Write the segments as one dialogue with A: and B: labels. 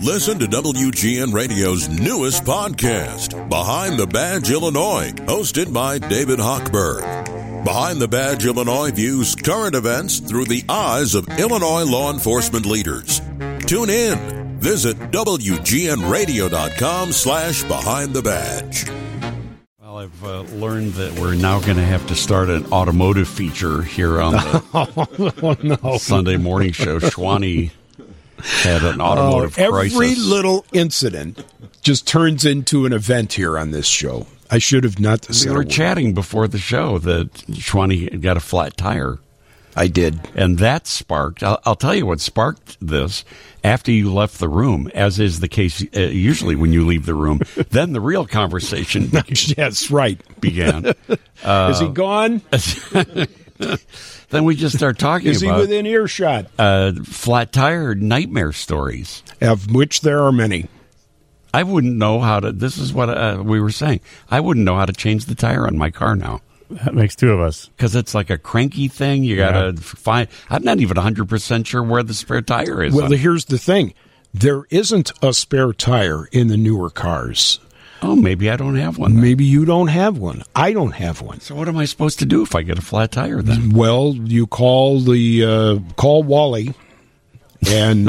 A: Listen to WGN Radio's newest podcast, Behind the Badge Illinois, hosted by David Hochberg. Behind the Badge Illinois views current events through the eyes of Illinois law enforcement leaders. Tune in. Visit WGNRadio.com slash Behind the Badge.
B: Well, I've uh, learned that we're now going to have to start an automotive feature here on the
C: Oh no!
B: Sunday morning show. Schwani had an automotive
C: Oh, every
B: crisis.
C: little incident just turns into an event here on this show. I should have not
B: we
C: said. a
B: were
C: word.
B: chatting before the show that Schwani got a flat tire,
C: I did.
B: and that sparked. I'll, I'll tell you what sparked this. After you left the room, as is the case uh, usually when you leave the room, then the real conversation
C: Yes, right.
B: began. Uh,
C: Is he gone?
B: then we just start talking
C: Is he
B: about
C: within earshot?
B: uh, flat tire nightmare stories.
C: of which there are many.
B: I wouldn't know how to. This is what uh, we were saying. I wouldn't know how to change the tire on my car now
D: That makes two of us.
B: because it's like a cranky thing. You got to find. I'm not even 100 percent sure where the spare tire is.
C: Well,
B: on it.
C: here's the thing: there isn't a spare tire in the newer cars.
B: oh, maybe I don't have one. then.
C: Maybe you don't have one. I don't have one.
B: So what am I supposed to do if I get a flat tire then?
C: Well, you call the uh, call Wally, and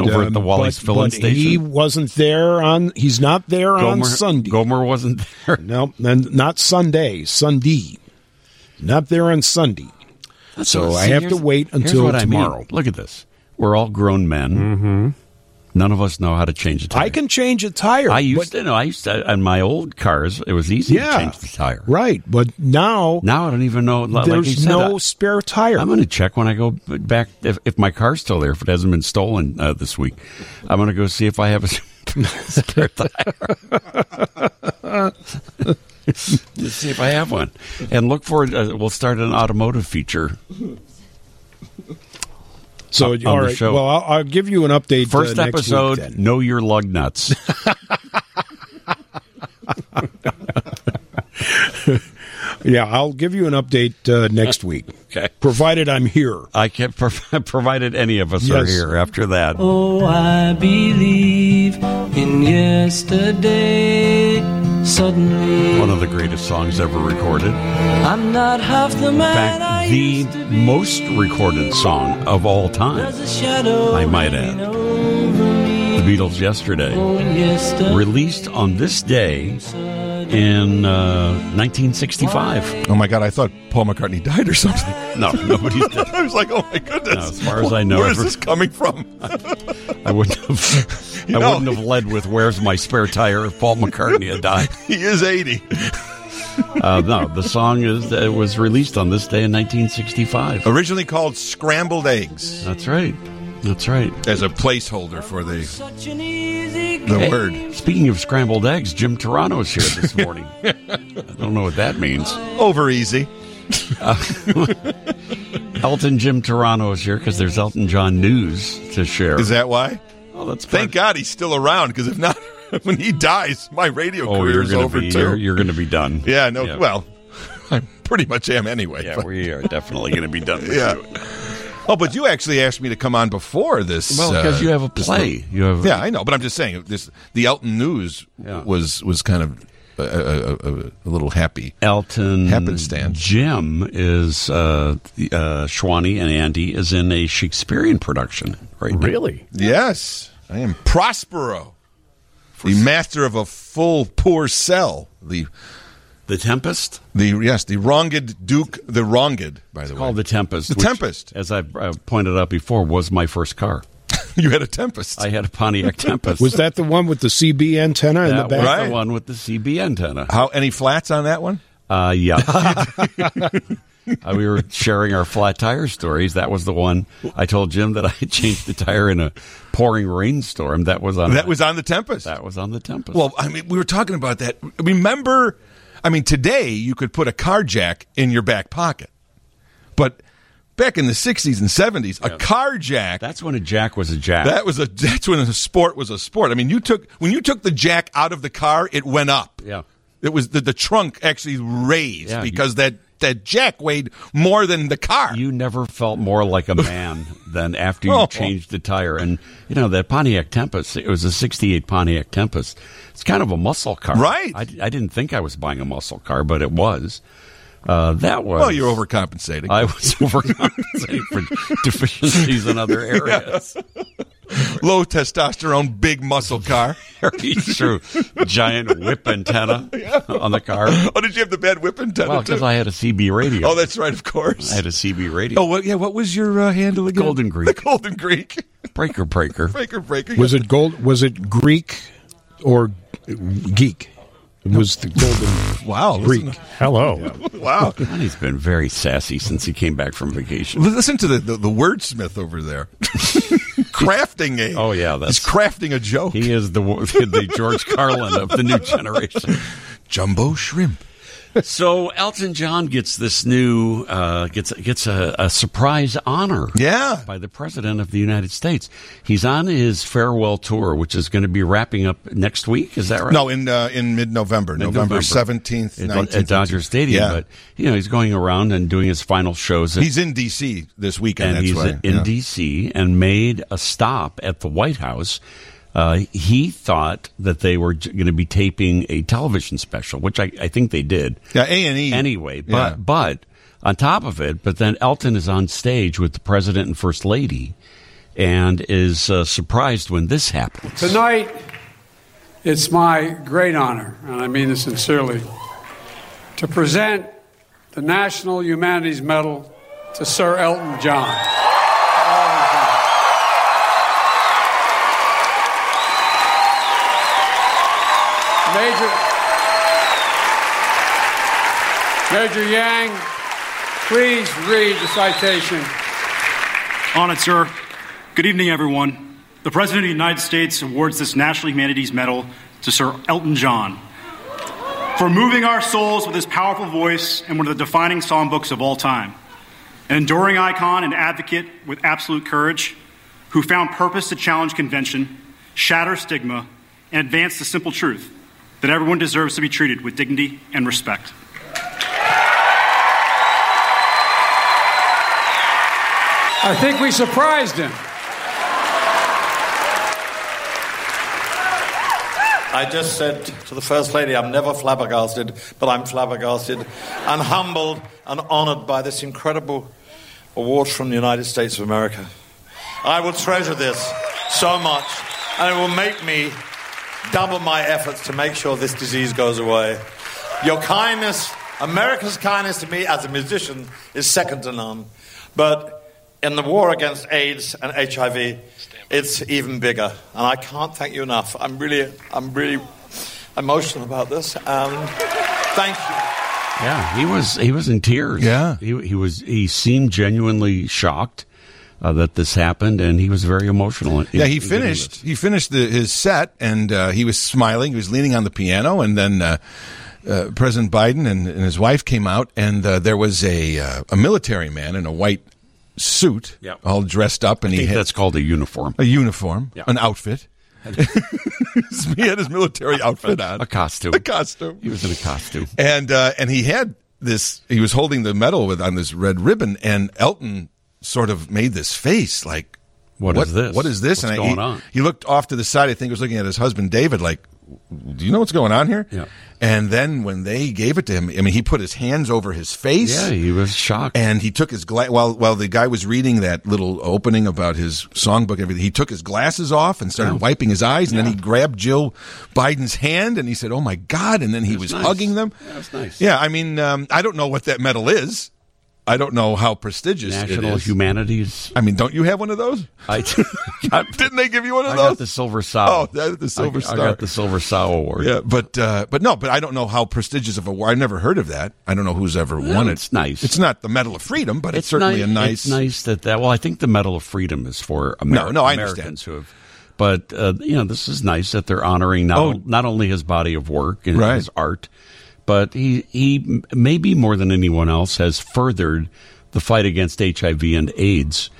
C: um,
B: Over at the Wally's
C: but-
B: fill-in
C: but He
B: station?
C: wasn't there on. He's not there on Sunday.
B: Gomer wasn't there.
C: No, and not Sunday. Sunday, not there on Sunday. So I have to
B: here's-
C: wait
B: here's
C: until
B: what I mean.
C: tomorrow.
B: Look at this. We're all grown men. Mm-hmm. None of us know how to change a tire.
C: I can change a tire.
B: I used
C: but,
B: to know. I used to on my old cars. It was easy
C: Yeah.
B: to change the tire.
C: right, but now
B: Now I don't even know. Like you
C: there's
B: said,
C: no
B: I-
C: spare tire.
B: I'm going to check when I go b- back if, if my car's still there. If it hasn't been stolen uh, this week, I'm going to go see if I have a spare tire. Just see if I have one, and look for. Uh, we'll start an automotive feature.
C: so
B: on
C: all
B: the
C: right.
B: show.
C: Well, I'll, I'll give you an update. uh,
B: First
C: next week
B: episode:
C: then.
B: Know your lug nuts.
C: Yeah, I'll give you an update uh, next week.
B: Okay.
C: Provided I'm here.
B: I can't pro- provided any of us are
C: Yes.
B: here after that.
E: Oh, I believe in yesterday. Suddenly,
B: One of the greatest songs ever recorded.
E: I'm not half the
B: In
E: man I
B: fact, the
E: used to be.
B: most recorded song of all time.
E: There's a shadow
B: I might
E: hanging
B: add.
E: over
B: The
E: me.
B: Beatles yesterday.
E: Oh, and yesterday,
B: released on this day in uh, 1965.
F: Oh my God, I thought Paul McCartney died or something.
B: No, nobody did.
F: I was like, oh my goodness.
B: No, as far as I know,
F: Where is
B: every-
F: this coming from?
B: I wouldn't have.
F: You
B: I
F: know-
B: wouldn't have led with "Where's My Spare Tire" if Paul McCartney had died.
F: He is 80.
B: Uh, no, the song is uh, was released on this day in 1965.
F: Originally called Scrambled Eggs
B: That's right. That's right.
F: as a placeholder for the,
E: such an easy
F: the
B: Hey,
F: word.
B: Speaking of scrambled eggs, Jim Toronto's here this morning. I don't know what that means.
F: Over easy.
B: Elton Jim Toronto is here because there's Elton John news to share.
F: Is that why?
B: oh, that's part-
F: Thank God he's still around because if not, when he dies, my radio
B: Oh,
F: career
B: you're
F: is
B: gonna
F: over
B: be,
F: too.
B: You're, you're going to be done.
F: yeah, no,
B: Yeah.
F: well, I pretty much am anyway.
B: Yeah,
F: but-
B: we are definitely going to be done. With
F: Yeah.
B: you.
F: oh, but you actually asked me to come on before this.
B: Well, because
F: uh,
B: you have a play. You have
F: Yeah, I know, but I'm just saying this. The Elton news
B: Yeah.
F: was was kind of a, a, a, a little happy.
B: Elton
F: Happenstance.
B: Jim is uh, the, uh, Shwani and Andy is in a Shakespearean production right now.
D: Really?
F: Yes, I am Prospero, the master of a full poor cell. The
B: The Tempest.
F: the yes, the wronged Duke, the wronged. By the way,
B: Called the Tempest.
F: The
B: which,
F: Tempest.
B: as I've uh, pointed out before, was my first car.
F: you had a tempest.
B: I had a Pontiac Tempest.
C: Was that the one with the CB antenna in the
B: that was
C: back?
F: Right.
B: the one with the CB antenna?
F: How any flats on that one?
B: Uh, yeah. Uh, we were sharing our flat tire stories. That was the one I told Jim that I had changed the tire in a pouring rainstorm. That was on
F: That was on the tempest.
B: that was on the Tempest.
F: Well, I mean, we were talking about that. Remember, I mean, today you could put a car jack in your back pocket, but back in the '60s and '70s, a car jack.
B: That's when a jack was a jack.
F: That was a. That's when a sport was a sport. I mean, you took when you took the jack out of the car, it went up.
B: Yeah.
F: it was the, the trunk actually raised
B: Yeah,
F: because that the jack weighed more than the car.
B: You never felt more like a man than after you
F: Oh.
B: changed the tire. And, you know, that Pontiac Tempest, it was a 68 Pontiac Tempest. It's kind of a muscle car.
F: Right.
B: I, I didn't think I was buying a muscle car, but it was. Uh, that was.
F: well, you're overcompensating.
B: I was overcompensating for deficiencies in other areas.
F: Low testosterone, big muscle car.
B: Very true. Giant whip antenna on the car.
F: Oh, did you have the bad whip antenna?
B: Well,
F: too?
B: because I had a CB radio.
F: oh, that's right, of course.
B: I had a CB radio.
F: oh, what, yeah. What was your uh, handle again?
B: Golden Greek.
F: The Golden Greek.
B: breaker, breaker.
F: Breaker, breaker.
C: Was it gold? Was it Greek or geek? It was the golden
F: wow? listen-
C: Greek. Hello.
F: Wow.
B: Johnny's been very sassy since he came back from vacation.
F: Listen to the, the, the wordsmith over there. crafting a.
B: Oh, yeah, that's-
F: he's crafting a joke.
B: He is the the George Carlin of the new generation.
F: Jumbo shrimp.
B: So Elton John gets this new uh, gets gets a, a surprise honor.
F: Yeah.
B: by the president of the United States. He's on his farewell tour, which is going to be wrapping up next week. Is that right?
F: No, in uh, in mid November, November seventeenth,
B: at,
F: nineteenth,
B: at Dodger Stadium.
F: Yeah.
B: But you know, he's going around and doing his final shows. At,
F: he's in D.C. this weekend.
B: and
F: that's
B: he's
F: why.
B: in
F: yeah.
B: D.C. and made a stop at the White House. Uh, he thought that they were going to be taping a television special, which I, I think they did
F: Yeah, A and E.
B: anyway. But
F: Yeah.
B: but on top of it, but then Elton is on stage with the president and first lady, and is uh, surprised when this happens.
D: Tonight, it's my great honor, and I mean this sincerely, to present the National Humanities Medal to Sir Elton John. Major, Major Yang, please read the citation.
G: On it, sir. Good evening, everyone. The President of the United States awards this National Humanities Medal to Sir Elton John for moving our souls with his powerful voice and one of the defining songbooks of all time. An enduring icon and advocate with absolute courage who found purpose to challenge convention, shatter stigma, and advance the simple truth that everyone deserves to be treated with dignity and respect.
D: I think we surprised him.
H: I just said to the First Lady, I'm never flabbergasted, but I'm flabbergasted and humbled and honored by this incredible award from the United States of America. I will treasure this so much, and it will make me double my efforts to make sure this disease goes away. Your kindness, America's kindness to me as a musician, is second to none. But in the war against AIDS and HIV, it's even bigger. And I can't thank you enough. I'm really, I'm really emotional about this. Um, thank you.
B: Yeah, he was he was in tears.
F: Yeah.
B: he he was he seemed genuinely shocked uh, that this happened, and he was very emotional. in-
F: Yeah, he
B: in doing
F: finished.
B: this.
F: He finished the, his set, and uh, he was smiling. He was leaning on the piano, and then uh, uh, President Biden and, and his wife came out, and uh, there was a uh, a military man in a white suit,
B: Yep.
F: all dressed up, and
B: I
F: he
B: think
F: had
B: that's called a uniform,
F: a uniform,
B: Yeah.
F: an outfit. he had his military outfit on,
B: a costume.
F: a costume,
B: He was in a costume.
F: and uh, and he had this. He was holding the medal with on this red ribbon, and Elton sort of made this face like,
B: What is this?
F: What is this?"
B: What's
F: and
B: going
F: he,
B: on?
F: he looked off to the side. I think he was looking at his husband David, like, "Do you know what's going on here?"
B: Yeah.
F: And then when they gave it to him, I mean, he put his hands over his face.
B: Yeah, he was shocked.
F: And he took his glass while while the guy was reading that little opening about his songbook and everything. He took his glasses off and started wiping his eyes, and then he grabbed Jill Biden's hand and he said, "Oh my God!" And then he was
B: nice.
F: hugging them.
B: Yeah, that's nice.
F: Yeah, I mean, um, I don't know what that medal is. I don't know how prestigious it
B: National
F: is.
B: Humanities.
F: I mean, don't you have one of those?
B: I got,
F: Didn't they give you one of
B: I
F: those?
B: got the Silver Sow.
F: Oh, that- the Silver
B: I,
F: Star.
B: I got the Silver Sow Award.
F: Yeah, but uh, but no, but I don't know how prestigious of a war. I've never heard of that. I don't know who's ever won it.
B: it's nice.
F: It's not the Medal of Freedom, but it's, certainly
B: ni-
F: a nice.
B: It's nice that that. Well, I think the Medal of Freedom is for Amer-
F: No, no, I understand.
B: Americans who have. But uh, you know, this is nice that they're honoring not
F: Oh.
B: not only his body of work and
F: Right.
B: his art, but he he m- maybe more than anyone else has furthered the fight against HIV and AIDS.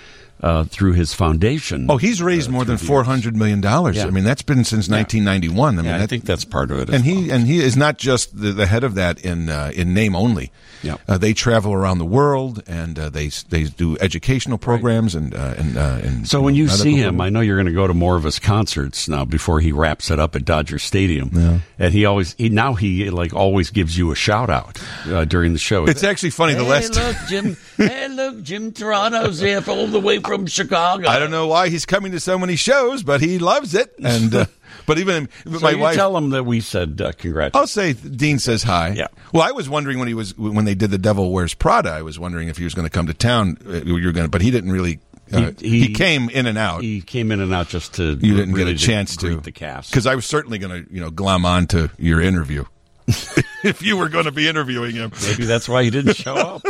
B: uh, through his foundation.
F: Oh, he's raised more than four hundred million dollars.
B: Uh, Yeah.
F: I mean, that's been since nineteen ninety one. I mean,
B: Yeah, I
F: that-
B: think that's part of it. as
F: and he
B: well.
F: and he is not just the, the head of that in uh, in name only.
B: Yeah.
F: uh, they travel around the world and uh, they they do educational programs and uh, and, uh, and
B: So when you
F: medical
B: see him,
F: programs.
B: I know you're going to go to more of his concerts now before he wraps it up at Dodger Stadium. And he always he now he like always gives you a shout out uh, during the show.
F: it's actually funny. The last
E: Jim. hey, look, Jim Toronto's here for all the way from Chicago.
F: I don't know why he's coming to so many shows, but he loves it. And uh, but even but
B: so
F: my
B: you
F: wife. Oh,
B: tell him that we said uh, congrats.
F: I'll say Dean says hi.
B: Yeah.
F: Well, I was wondering when he was when they did the Devil Wears Prada. I was wondering if he was going to come to town. Uh, you were going, to, but he didn't really. Uh,
B: He-
F: he,
B: he-
F: came in and out.
B: he came in and out just to
F: you didn't
B: really
F: get a chance
B: greet
F: to
B: the cast
F: because I was certainly going to you know glom on to your interview if you were going to be interviewing him.
B: maybe that's why he didn't show up.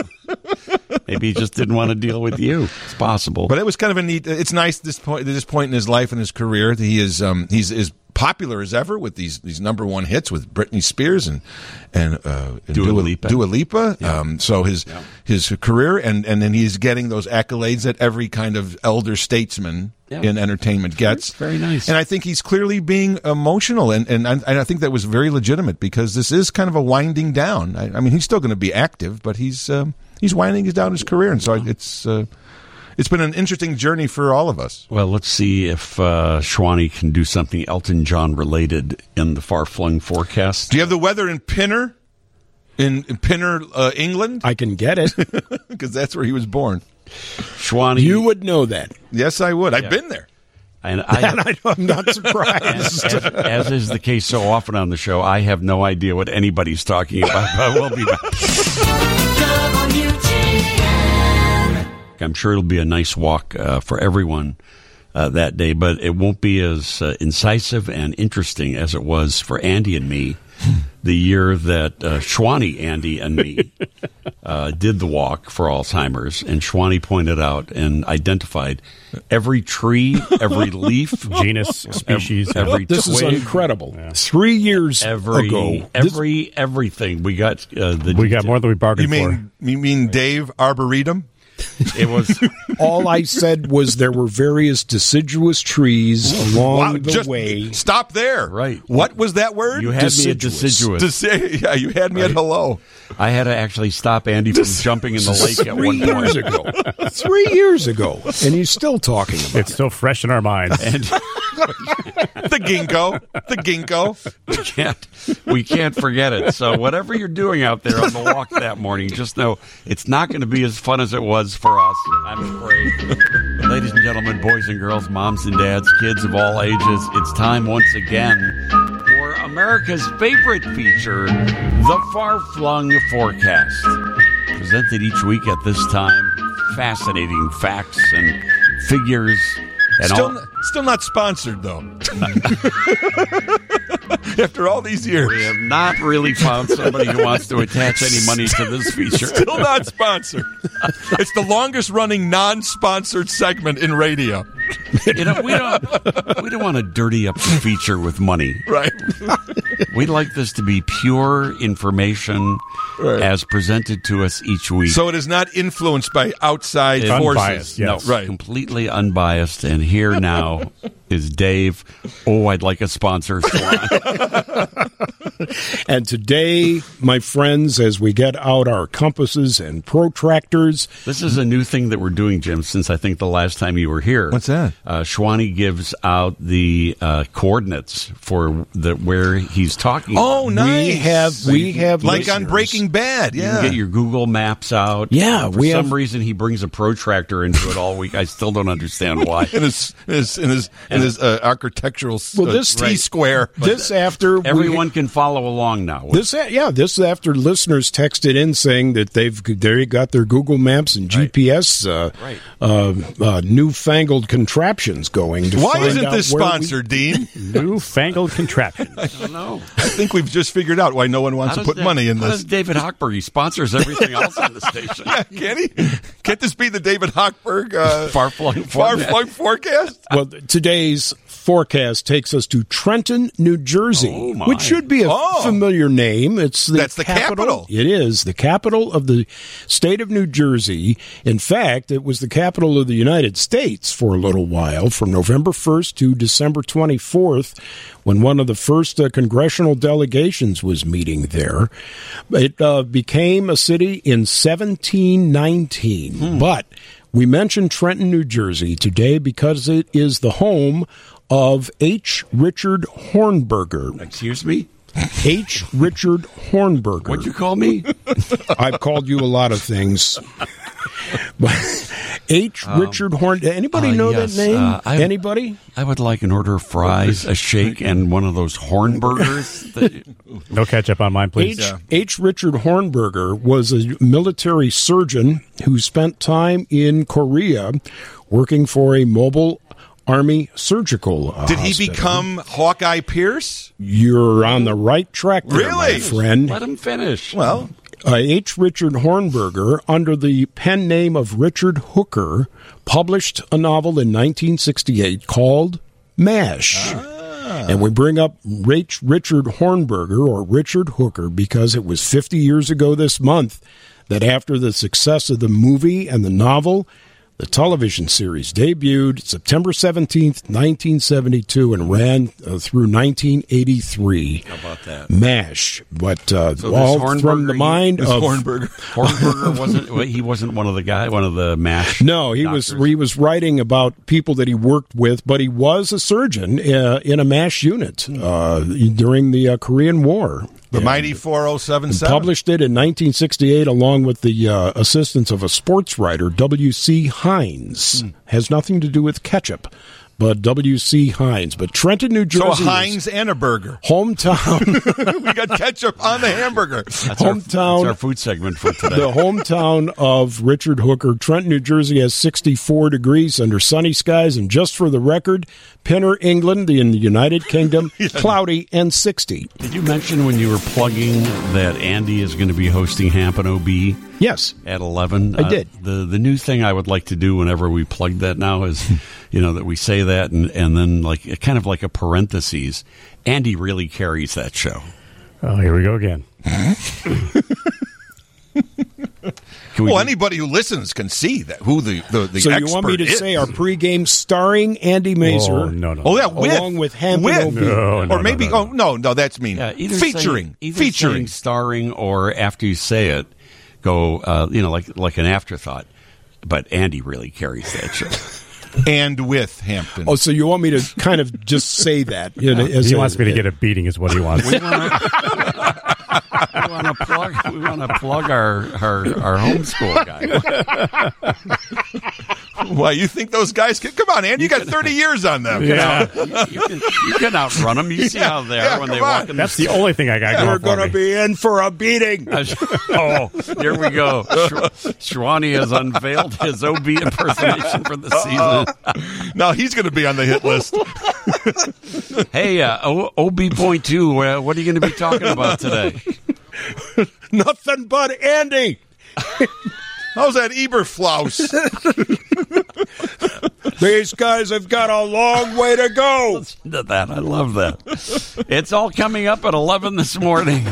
B: maybe he just didn't want to deal with you. It's possible.
F: But it was kind of a neat. It's nice this point, at this point in his life and his career, that he is um, he's as popular as ever with these these number one hits with Britney Spears and and, uh, and
B: Dua Lipa.
F: Dua Lipa. Um, so his his career and and then he's getting those accolades that every kind of elder statesman
B: Yeah.
F: in entertainment gets.
B: Very nice.
F: And I think he's clearly being emotional, and and I, and I think that was very legitimate because this is kind of a winding down. I, I mean, he's still going to be active, but he's um, he's winding down his career, and so I it's. Uh, it's been an interesting journey for all of us.
B: Well, let's see if uh, Shwani can do something Elton John related in the far flung forecast.
F: Do you have the weather in Pinner, in, in Pinner, uh, England?
C: I can get it.
F: Because that's where he was born.
B: Shwani,
C: you would know that.
F: Yes, I would. I've been there.
B: and I,
C: And I, I'm not surprised.
B: as, as is the case so often on the show, I have no idea what anybody's talking about. But we'll be back. I'm sure it'll be a nice walk uh, for everyone uh, that day, but it won't be as uh, incisive and interesting as it was for Andy and me the year that uh, Shwani, Andy, and me uh, did the walk for Alzheimer's. And Shwani pointed out and identified every tree, every leaf,
I: genus, species,
B: ev- every
C: this is
B: twig,
C: incredible. Three years
B: every
C: ago, this-
B: every everything we got uh, the
I: we got more than we
F: You
I: bargained
F: mean you mean Dave Arboretum?
B: it was
C: all I said was there were various deciduous trees along
F: Oh, Wow,
C: the
F: just
C: way.
F: stop there.
B: Right.
F: What was that word?
B: you had
C: Deciduous.
B: me at deciduous
F: to say, yeah, you had me at hello.
B: i had to actually stop andy from jumping in the lake at
C: Three
B: one
C: years
B: point
C: ago. Three years ago. And he's still talking
I: for.
C: about
I: It's still fresh in our minds.
B: and
F: The ginkgo, the ginkgo.
B: we can't we can't forget it so whatever you're doing out there on the walk that morning just know it's not going to be as fun as it was for us i'm afraid ladies and gentlemen boys and girls moms and dads kids of all ages it's time once again for america's favorite feature the far-flung forecast presented each week at this time fascinating facts and figures and all
F: Still, still not sponsored though. After all these
B: We
F: years,
B: have not really found somebody who wants to attach any money to this feature.
F: still not sponsored. It's the longest running non-sponsored segment in radio.
B: You know, we don't we don't want to dirty up the feature with money.
F: Right.
B: We like this to be pure information
F: Right.
B: as presented to us each week.
F: So it is not influenced by outside
I: It's
F: forces.
I: unbiased, yes.
B: No,
F: Right.
B: completely unbiased. And here now is Dave. Oh, I'd like a sponsor. Swan.
C: And today, my friends, as we get out our compasses and protractors,
B: this is a new thing that we're doing, Jim. Since I think the last time you were here,
F: What's that?
B: Uh, Shwani gives out the uh, coordinates for the where he's talking.
F: Oh, nice.
C: we have we have
F: like on
C: listeners.
F: Breaking Bad.
B: You
F: Yeah.
B: can get your Google Maps out.
C: Yeah,
B: For
C: we
B: some
C: have-
B: reason, he brings a protractor into it all week. I still don't understand why.
F: in his in his in his, in his uh, architectural s-
C: Well,
F: uh,
C: this-
F: T square.
C: This after we-
B: Everyone can follow along now.
C: This yeah, this is after listeners texted in saying that they've they got their Google Maps and GPS uh,
B: Right.
C: uh, uh, newfangled contraptions going. To
F: Why
C: find
F: isn't
C: out
F: this
C: where we-
F: sponsored, Dean?
I: New fangled contraption.
B: I don't know.
F: I think we've just figured out why no one wants
B: How
F: to
B: does
F: put
B: Da-
F: money in
B: how does
F: this.
B: David Hochberg? He sponsors everything else on the station.
F: Can he? Can't this be the David Hochberg uh,
B: Far-flung
F: far-flung forecast?
C: Well, today's forecast takes us to Trenton, New Jersey,
B: Oh, my.
C: which should be a
F: Oh.
C: familiar name. It's the
F: That's the capital.
C: It is the capital of the state of New Jersey. In fact, it was the capital of the United States for a little while, from November 1st to December 24th, when one of the first uh, congressional delegations was meeting there. It uh, became a city in 1719,
B: Hmm.
C: but we mentioned Trenton, New Jersey today because it is the home of H. Richard Hornberger.
B: Excuse me?
C: H. Richard Hornberger.
B: What'd you call me?
C: I've called you a lot of things. But H. Richard Horn. Anybody
B: Um, uh,
C: know
B: yes,
C: that name?
B: uh, I-
C: Anybody?
B: I would like an order of fries, a shake, and one of those horn burgers. that-
I: No ketchup on mine, please.
C: H. H. Richard Hornberger was a military surgeon who spent time in Korea working for a mobile army surgical. uh,
F: Did he
C: hospital.
F: become Hawkeye Pierce?
C: You're on the right track, there, my
F: Really?
C: friend.
B: Let him finish.
F: Well,
C: uh, H. Richard Hornberger, under the pen name of Richard Hooker, published a novel in 1968 called MASH. And we bring up Rach Richard Hornberger or Richard Hooker because it was 50 years ago this month that after the success of the movie and the novel, the television series debuted September 17th, 1972, and ran uh, through 1983. How about that? MASH. But uh,
B: So this
C: all
B: Hornberger
C: from the
B: you-
C: mind
F: this
C: of
F: Hornberger.
B: Hornberger wasn't. well, He wasn't one of the guy. One of the mash.
C: No, he was
B: doctors.
C: he was writing about people that he worked with, but he was a surgeon uh, in a MASH unit uh, during the uh, Korean War.
F: the
C: And
F: mighty 4077.
C: Published it in 1968 along with the uh, assistance of a sports writer, W.C. Hines.
F: Hmm.
C: Has nothing to do with ketchup, but W.C. Hines. But Trenton, New Jersey.
F: So a
C: is
F: Heinz and a burger.
C: Hometown.
F: we got ketchup on the hamburger.
B: That's our-
C: hometown-
B: that's our food segment for today.
C: the hometown of Richard Hooker. Trenton, New Jersey has 64 degrees under sunny skies. And just for the record, Pinner, England, the, in the United Kingdom, cloudy and 60.
B: Did you mention when you were plugging that Andy is going to be hosting Happen OB
C: Yes.
B: at eleven? Uh,
C: I did.
B: The the new thing I would like to do whenever we plug that now is, you know, that we say that and and then like kind of like a parentheses. Andy really carries that show.
I: Oh, here we go again.
B: Can we
F: Well,
B: do-
F: anybody who listens can see that who the the, the
C: So
F: expert
C: you want me to
F: is.
C: say our pregame starring Andy Mazer?
I: Oh, no, no.
F: Oh yeah,
C: Along
F: with
C: with Hampton
F: with.
C: Obie. No,
I: no,
F: or maybe
I: no, no,
F: oh no no that's mean
B: Yeah, Uh, either saying-
F: featuring
B: either saying
F: featuring
B: starring, or after you say it, go uh, you know like like an afterthought. But Andy really carries that show.
F: and with Hampton.
C: Oh, so you want me to kind of just say that? you know, as
I: He
C: a-
I: wants me to get a beating, is what he wants.
B: we want to plug. We want to plug our our, our homeschool guy.
F: Why you think those guys can come on, Andy? You got thirty years on them.
I: yeah.
B: You can, you can outrun them. You see how they are
F: yeah,
B: when they
F: come
B: walk
F: on.
B: in.
I: That's the only thing I got
C: We're
I: going for
C: going to
I: me.
C: be in for a beating.
B: oh, there we go. Sh- Shwani has unveiled his OB impersonation for the season.
F: Now he's going to be on the hit list.
B: Hey, uh, o- OB.2, uh, what are you going to be talking about today?
C: Nothing but Andy.
F: How's that Eberflaus?
C: These guys have got a long way to go.
B: to that. I love that. It's all coming up at 11 this morning.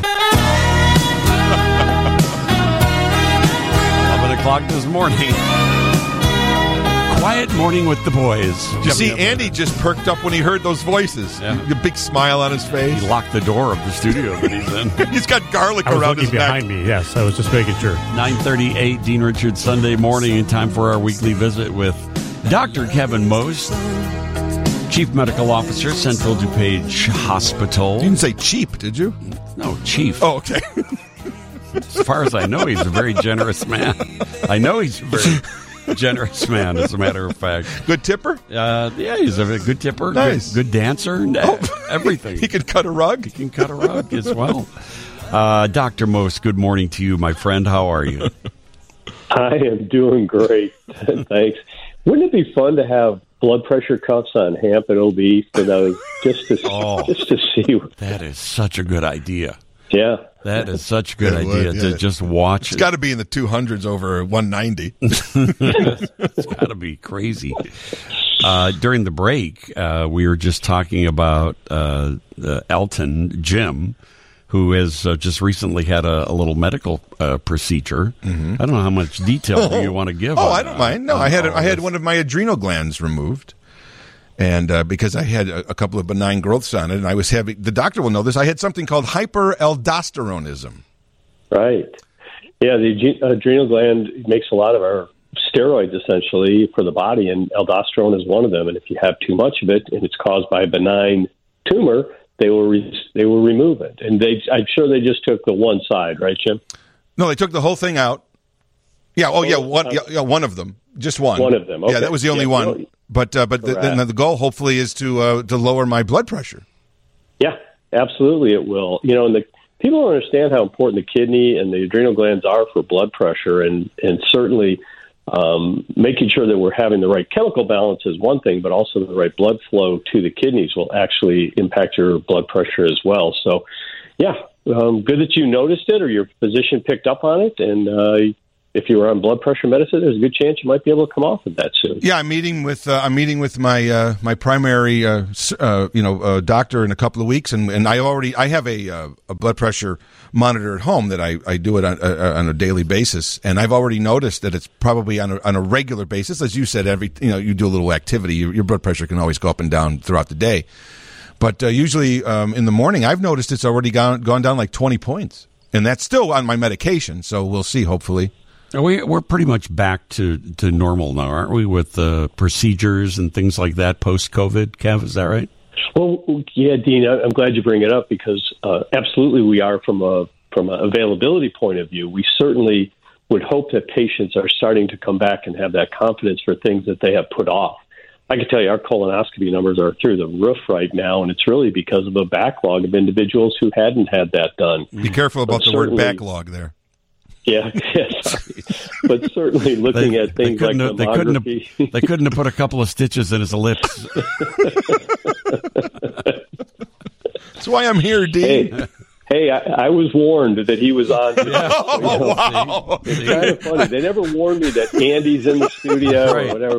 B: 11 o'clock this morning. Quiet morning with the boys.
F: you see,
B: Coming up
F: Andy just perked up when he heard those voices.
B: Yeah.
F: A big smile on his face.
B: later. He locked the door of the studio that he's in.
F: He's got garlic
I: I was
F: around
I: looking
F: his
I: behind
F: neck.
I: me. Yes, I was just making sure.
B: 938 Dean Richards Sunday morning in time for our weekly visit with Dr. Kevin Most, Chief Medical Officer, Central DuPage
F: You
B: Hospital.
F: didn't say cheap, did you?
B: No, Chief.
F: Oh, okay.
B: As far as I know, he's a very generous man. I know he's a very generous man, as a matter of fact.
F: Good tipper.
B: Uh, yeah, he's a good tipper, good-
F: Nice. Oh.
B: good, dancer, and uh, everything.
F: He could cut a rug.
B: He can cut a rug as well. Uh, Dr. Most, good morning to you, my friend. How are you?
J: I am doing great. Thanks. Wouldn't it be fun to have blood pressure cuffs on Hamp and E OB for those just to
B: Oh.
J: just to see?
B: That is such a good idea.
J: Yeah,
B: That is such a good
F: It would,
B: idea to
F: yeah.
B: just watch.
F: It's got to be in the 200s over 190.
B: It's got to be crazy. Uh, during the break, uh, we were just talking about uh, uh, Elton Jim, who has uh, just recently had a, a little medical uh, procedure. I don't know how much detail do you want to give.
F: Mm-hmm. Oh,
B: on
F: I don't
B: that.
F: mind. No,
B: On
F: I had
B: all
F: I had
B: this.
F: one of my adrenal glands removed, and uh, because I had a, a couple of benign growths on it, and I was having the doctor will know this. I had something called hyperaldosteronism.
J: Right. Yeah, the adre- adrenal gland makes a lot of our steroids essentially for the body, and aldosterone is one of them. And if you have too much of it, and it's caused by a benign tumor, they will re- they will remove it. And they, I'm sure they just took the one side, right, Jim?
F: No, they took the whole thing out. Yeah. Oh, yeah. One. Yeah, yeah, one of them. Just one.
J: uh, One of them,
F: Yeah,
J: okay.
F: that was the only
J: Yeah,
F: one.
J: no,
F: but uh, but the,
J: correct.
F: the, the goal hopefully is to uh, to lower my blood pressure.
J: Yeah, absolutely, it will. You know, and the people don't understand how important the kidney and the adrenal glands are for blood pressure, and and certainly um, making sure that we're having the right chemical balance is one thing, but also the right blood flow to the kidneys will actually impact your blood pressure as well. So, yeah, um, good that you noticed it or your physician picked up on it, and. Uh, if you were on blood pressure medicine, there's a good chance you might be able to come off of that soon.
F: Yeah, I'm meeting with uh, I'm meeting with my uh, my primary uh, s- uh, you know uh, doctor in a couple of weeks, and, and I already I have a uh, a blood pressure monitor at home that I, I do it on, uh, on a daily basis, and I've already noticed that it's probably on a, on a regular basis, as you said, every you know you do a little activity, your, your blood pressure can always go up and down throughout the day, but uh, usually um, in the morning I've noticed it's already gone gone down like 20 points, and that's still on my medication, so we'll see. Hopefully,
B: Are Uh, We, we're pretty much back to, to normal now, aren't we, with uh, procedures and things like that post COVID, Kev? Is that right?
J: Well, yeah, Dean, I- I'm glad you bring it up because uh, absolutely we are from a from an availability point of view. We certainly would hope that patients are starting to come back and have that confidence for things that they have put off. I can tell you our colonoscopy numbers are through the roof right now, and it's really because of a backlog of individuals who hadn't had that done.
F: be careful about the word
J: Mm. Certainly.
F: backlog there.
J: Yeah, yeah sorry. but certainly looking at things like
B: couldn't have, they, couldn't have,
J: mammography.
B: they couldn't have put a couple of stitches in his lips.
F: That's why I'm here, Dean.
J: hey, hey, I, I was warned that he was on.
F: Oh, wow.
J: It's kind of funny. They never warned me that Andy's in the studio
B: Right.
J: or whatever.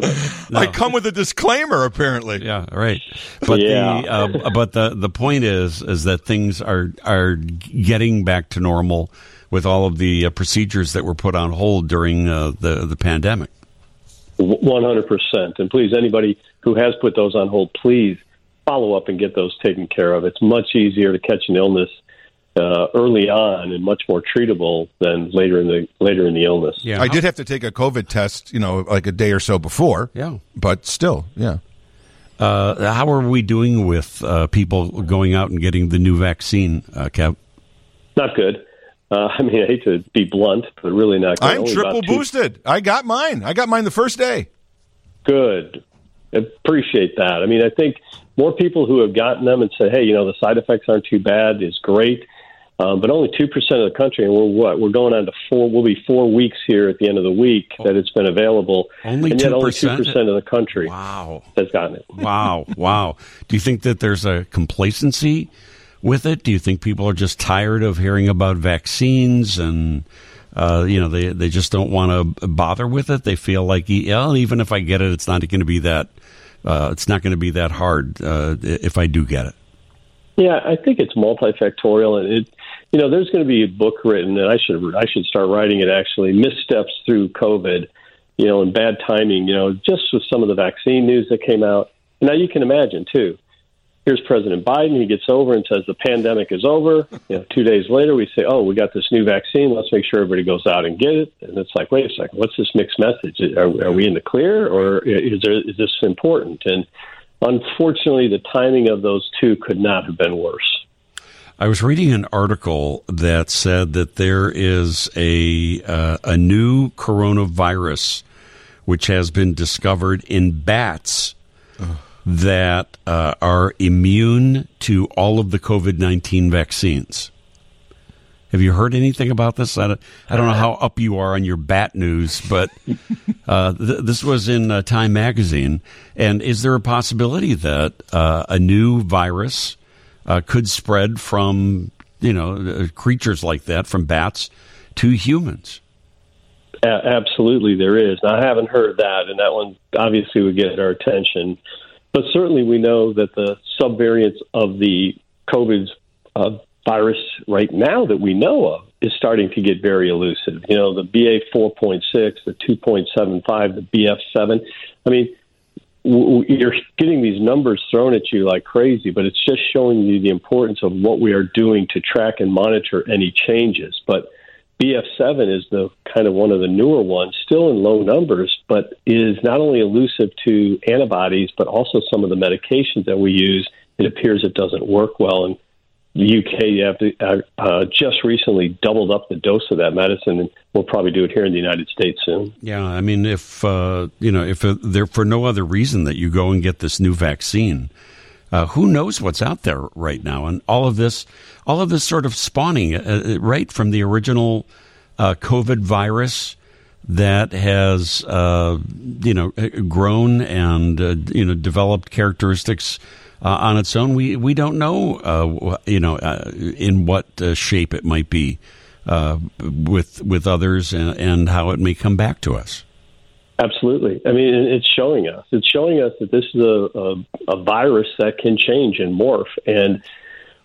J: but-
F: I come with a disclaimer, apparently.
B: Yeah, right. But
J: Yeah.
B: the uh, but the the point is is that things are are getting back to normal with all of the uh, procedures that were put on hold during uh, the the pandemic.
J: One hundred percent. And please, anybody who has put those on hold, please follow up and get those taken care of. It's much easier to catch an illness uh, early on and much more treatable than later in the later in the illness.
B: Yeah,
F: I did have to take a COVID test, you know, like a day or so before.
B: Yeah.
F: But still, yeah.
B: Uh, how are we doing with uh, people going out and getting the new vaccine, uh, Kev?
J: Not good. Uh, I mean, I hate to be blunt, but really not good.
F: I'm
J: Only
F: triple
J: about two-
F: boosted. I got mine. I got mine the first day.
J: Good. Appreciate that. I mean, I think more people who have gotten them and said, hey, you know, the side effects aren't too bad is great. Um, but only 2% of the country, and we're what? We're going on to four, we'll be four weeks here at the end of the week that it's been available.
B: Only
J: and yet only
B: 2%?
J: 2% of the country
B: Wow.
J: has gotten it.
B: Wow, wow. Do you think that there's a complacency with it? Do you think people are just tired of hearing about vaccines and uh, you know they they just don't want to bother with it? They feel like e, well, even if I get it, it's not going to be that uh, it's not going to be that hard uh, if I do get it.
J: Yeah, I think it's multifactorial, and it, you know, there's going to be a book written, and I should I should start writing it actually. Missteps through COVID, you know, and bad timing, you know, just with some of the vaccine news that came out. Now you can imagine too. Here's President Biden. He gets over and says the pandemic is over. You know, two days later we say, oh, we got this new vaccine. Let's make sure everybody goes out and get it. And it's like, wait a second, what's this mixed message? Are, are we in the clear, or is there is this important? And unfortunately, the timing of those two could not have been worse.
B: I was reading an article that said that there is a uh, a new coronavirus which has been discovered in bats that uh, are immune to all of the COVID nineteen vaccines. Have you heard anything about this? I don't, I don't know how up you are on your bat news, but uh, th- this was in uh, Time magazine. And is there a possibility that uh, a new virus uh, could spread from you know uh, creatures like that, from bats to humans?
J: A- absolutely, there is. I haven't heard that, and that one obviously would get our attention. But certainly, we know that the subvariants of the COVID uh, virus right now that we know of is starting to get very elusive. You know, the BA 4.6, the 2.75, the BF7. I mean, w- w- you're getting these numbers thrown at you like crazy, but it's just showing you the importance of what we are doing to track and monitor any changes. But BF7 is the kind of one of the newer ones, still in low numbers, but is not only elusive to antibodies, but also some of the medications that we use. It appears it doesn't work well, and the UK have, uh, uh, just recently doubled up the dose of that medicine, and we'll probably do it here in the United States soon.
B: Yeah, I mean, if uh, you know, if uh, there for no other reason that you go and get this new vaccine, uh, who knows what's out there right now? And all of this, all of this sort of spawning uh, uh, right from the original uh, COVID virus that has uh, you know uh, grown and uh, you know developed characteristics. Uh, on its own, we we don't know, uh, wh- you know, uh, in what uh, shape it might be uh, with with others and, and how it may come back to us.
J: Absolutely. I mean, it- it's showing us. It's showing us that this is a, a, a virus that can change and morph. And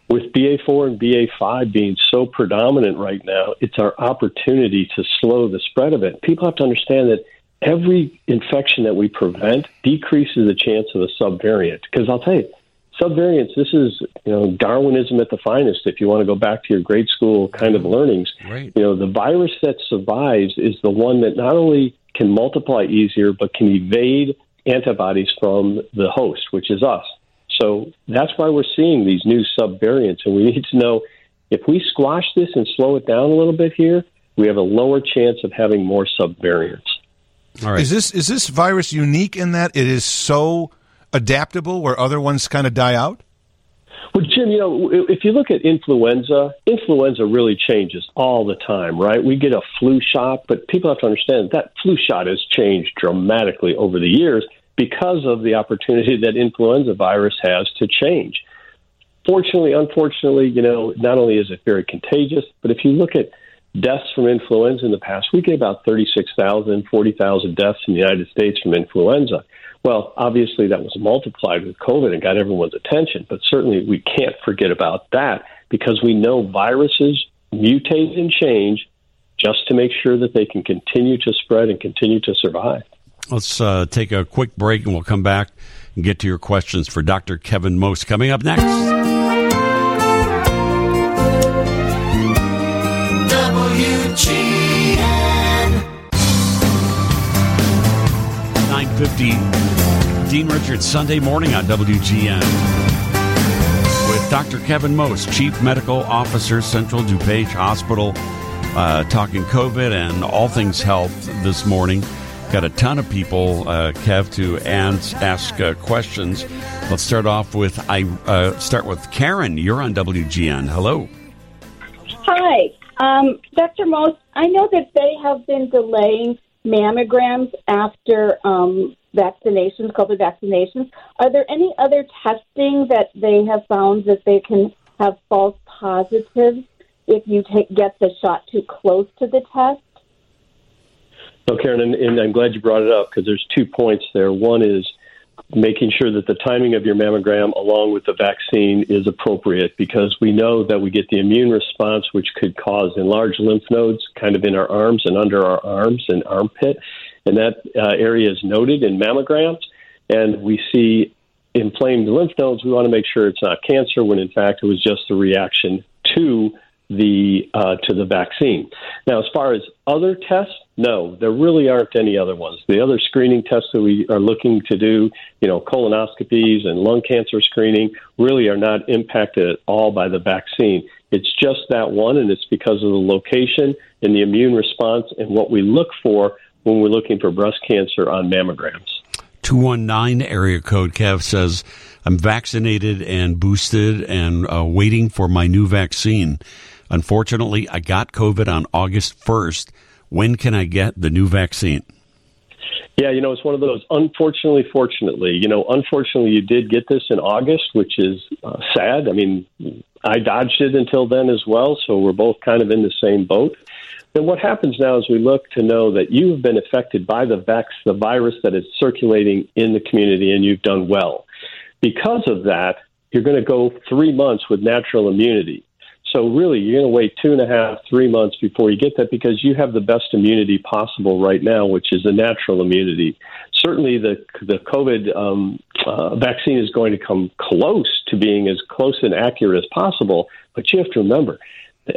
J: with BA4 and BA5 being so predominant right now, it's our opportunity to slow the spread of it. People have to understand that every infection that we prevent decreases the chance of a subvariant. Because I'll tell you, subvariants, this is you know Darwinism at the finest. If you want to go back to your grade school kind of learnings,
B: Right.
J: you know the virus that survives is the one that not only can multiply easier but can evade antibodies from the host, which is us. So that's why we're seeing these new subvariants, and we need to know if we squash this and slow it down a little bit here, we have a lower chance of having more subvariants.
B: All right.
F: Is this is this virus unique in that it is so adaptable where other ones kind of die out?
J: Well, Jim, you know, i- if you look at influenza, influenza really changes all the time, right? We get a flu shot, but people have to understand that flu shot has changed dramatically over the years because of the opportunity that influenza virus has to change. Fortunately, unfortunately, you know, not only is it very contagious, but if you look at deaths from influenza in the past, we get about 36,000, 40,000 deaths in the United States from influenza. Well, obviously, that was multiplied with COVID and got everyone's attention, but certainly we can't forget about that because we know viruses mutate and change just to make sure that they can continue to spread and continue to survive.
B: Let's uh, take a quick break and we'll come back and get to your questions for Dr. Kevin Most coming up next. Nine fifty, Dean Richards, Sunday morning on WGN with Dr. Kevin Most, Chief Medical Officer, Central DuPage Hospital, uh, talking COVID and all things health this morning. Got a ton of people, uh, Kev, to ans- ask uh, questions. Let's start off with I uh, start with Karen. You're on WGN. Hello.
K: Hi, um, Dr. Most. I know that they have been delaying mammograms after um, vaccinations, COVID vaccinations. Are there any other testing that they have found that they can have false positives if you take, get the shot too close to the test?
J: No, Karen, and, and I'm glad you brought it up because there's two points there. One is making sure that the timing of your mammogram along with the vaccine is appropriate because we know that we get the immune response, which could cause enlarged lymph nodes kind of in our arms and under our arms and armpit. And that uh, area is noted in mammograms. And we see inflamed lymph nodes. We want to make sure it's not cancer when in fact it was just the reaction to the uh, to the vaccine. Now, as far as other tests, no, there really aren't any other ones. The other screening tests that we are looking to do, you know, colonoscopies and lung cancer screening, really are not impacted at all by the vaccine. It's just that one, and it's because of the location and the immune response and what we look for when we're looking for breast cancer on mammograms.
B: 219 area code Kev says, I'm vaccinated and boosted and uh, waiting for my new vaccine. Unfortunately, I got COVID on August 1st. When can I get the new vaccine?
J: Yeah, you know, it's one of those. Unfortunately, fortunately, you know, unfortunately, you did get this in August, which is uh, sad. I mean, I dodged it until then as well, so we're both kind of in the same boat. then what happens now is we look to know that you have been affected by the vex, the virus that is circulating in the community, and you've done well. Because of that, you're going to go three months with natural immunity. So really, you're going to wait two and a half, three months before you get that because you have the best immunity possible right now, which is the natural immunity. Certainly, the the COVID um, uh, vaccine is going to come close to being as close and accurate as possible. But you have to remember,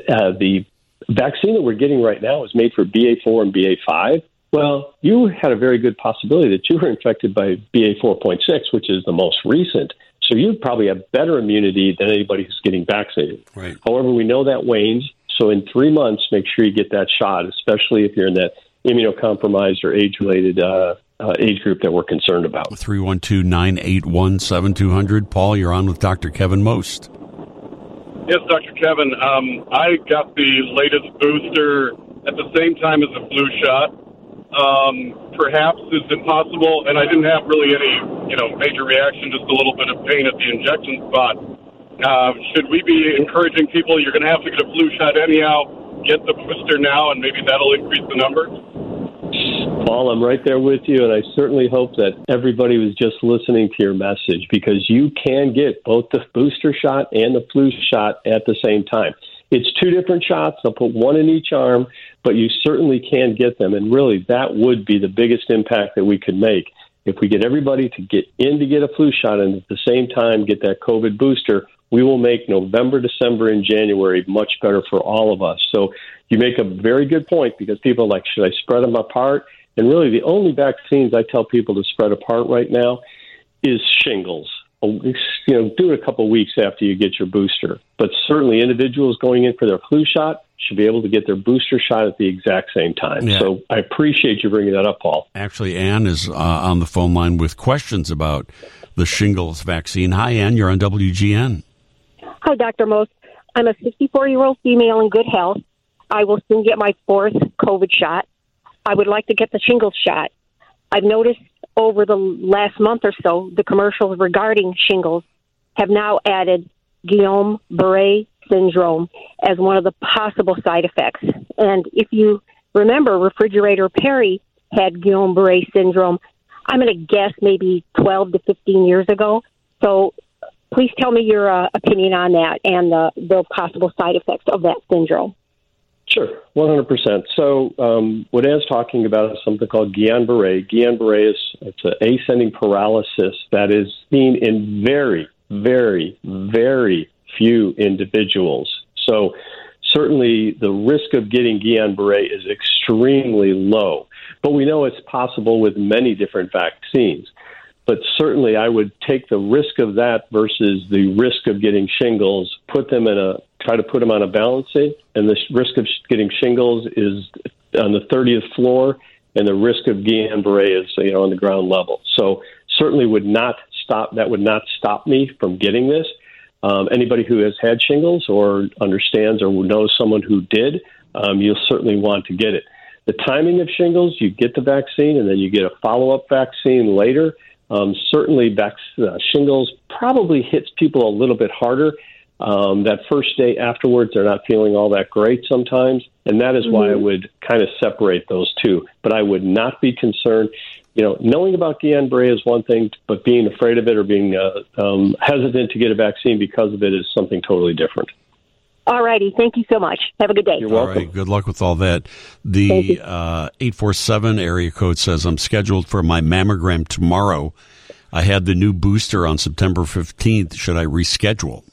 J: uh, the vaccine that we're getting right now is made for BA4 and BA5. Well, you had a very good possibility that you were infected by BA4.6, which is the most recent. So you probably have better immunity than anybody who's getting vaccinated.
B: Right.
J: However, we know that wanes. So in three months, make sure you get that shot, especially if you're in that immunocompromised or age related uh, uh, age group that we're concerned about.
B: 312 981 7200. Paul, you're on with Dr. Kevin Most.
L: Yes, Dr. Kevin. Um, I got the latest booster at the same time as the flu shot. Um, perhaps it's impossible, and I didn't have really any, you know, major reaction, just a little bit of pain at the injection spot. Uh, should we be encouraging people, you're going to have to get a flu shot anyhow, get the booster now, and maybe that'll increase the numbers?
J: Paul, I'm right there with you, and I certainly hope that everybody was just listening to your message because you can get both the booster shot and the flu shot at the same time. It's two different shots. They'll put one in each arm, but you certainly can get them. And really, that would be the biggest impact that we could make. If we get everybody to get in to get a flu shot and at the same time get that COVID booster, we will make November, December, and January much better for all of us. So you make a very good point because people are like, should I spread them apart? And really, the only vaccines I tell people to spread apart right now is shingles. Oh, You know, do it a couple weeks after you get your booster. But certainly, individuals going in for their flu shot should be able to get their booster shot at the exact same time.
B: Yeah.
J: So I appreciate you bringing that up, Paul.
B: Actually, Ann is uh, on the phone line with questions about the shingles vaccine. Hi, Ann. You're on WGN.
M: Hi, Dr. Most. I'm a 64 year old female in good health. I will soon get my fourth COVID shot. I would like to get the shingles shot. I've noticed over the last month or so, the commercials regarding shingles have now added Guillaume Barre syndrome as one of the possible side effects. And if you remember, refrigerator Perry had Guillaume Barre syndrome, I'm going to guess maybe 12 to 15 years ago. So please tell me your uh, opinion on that and the, the possible side effects of that syndrome.
J: Sure, 100%. So, um, what Anne's talking about is something called Guillain Barre. Guillain Barre is it's an ascending paralysis that is seen in very, very, very few individuals. So, certainly the risk of getting Guillain Barre is extremely low, but we know it's possible with many different vaccines. But certainly, I would take the risk of that versus the risk of getting shingles, put them in a try to put them on a balancing, and the risk of sh- getting shingles is on the 30th floor, and the risk of Guillain Barre is you know on the ground level. So certainly would not stop that would not stop me from getting this. Um, anybody who has had shingles or understands or knows someone who did, um, you'll certainly want to get it. The timing of shingles, you get the vaccine and then you get a follow up vaccine later. Um, certainly, vac- uh, shingles probably hits people a little bit harder. Um, that first day afterwards, they're not feeling all that great sometimes, and that is why I
B: Mm-hmm.
N: Mhm.
J: would kind of separate those two. But I would not be concerned. You know, knowing about Guillain-Barré is one thing, but being afraid of it or being uh, um, hesitant to get a vaccine because of it is something totally different.
M: All righty. Thank you so much. Have a good day.
J: You're welcome.
B: All right, good luck with all that.
M: Thank
B: The
M: you.
B: uh, 847 area code says I'm scheduled for my mammogram tomorrow. I had the new booster on September 15th. Should I reschedule?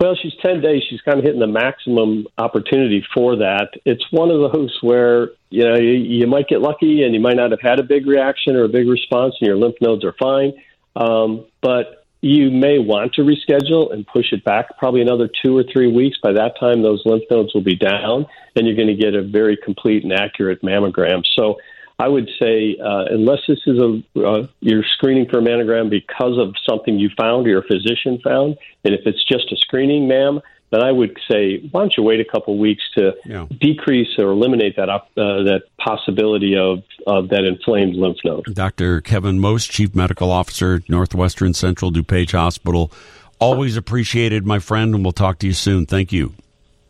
J: Well, she's 10 days. She's kind of hitting the maximum opportunity for that. It's one of those where, you know, you, you might get lucky and you might not have had a big reaction or a big response and your lymph nodes are fine. Um, but you may want to reschedule and push it back probably another two or three weeks. By that time, those lymph nodes will be down and you're going to get a very complete and accurate mammogram. So I would say, uh, unless this is a uh, you're screening for a mammogram because of something you found or your physician found, and if it's just a screening, ma'am, then I would say, why don't you wait a couple weeks to decrease or eliminate that op- uh, that possibility of, of that inflamed lymph node.
B: Dr. Kevin Most, Chief Medical Officer, Northwestern Central DuPage Hospital. Always appreciated, my friend, and we'll talk to you soon. Thank you.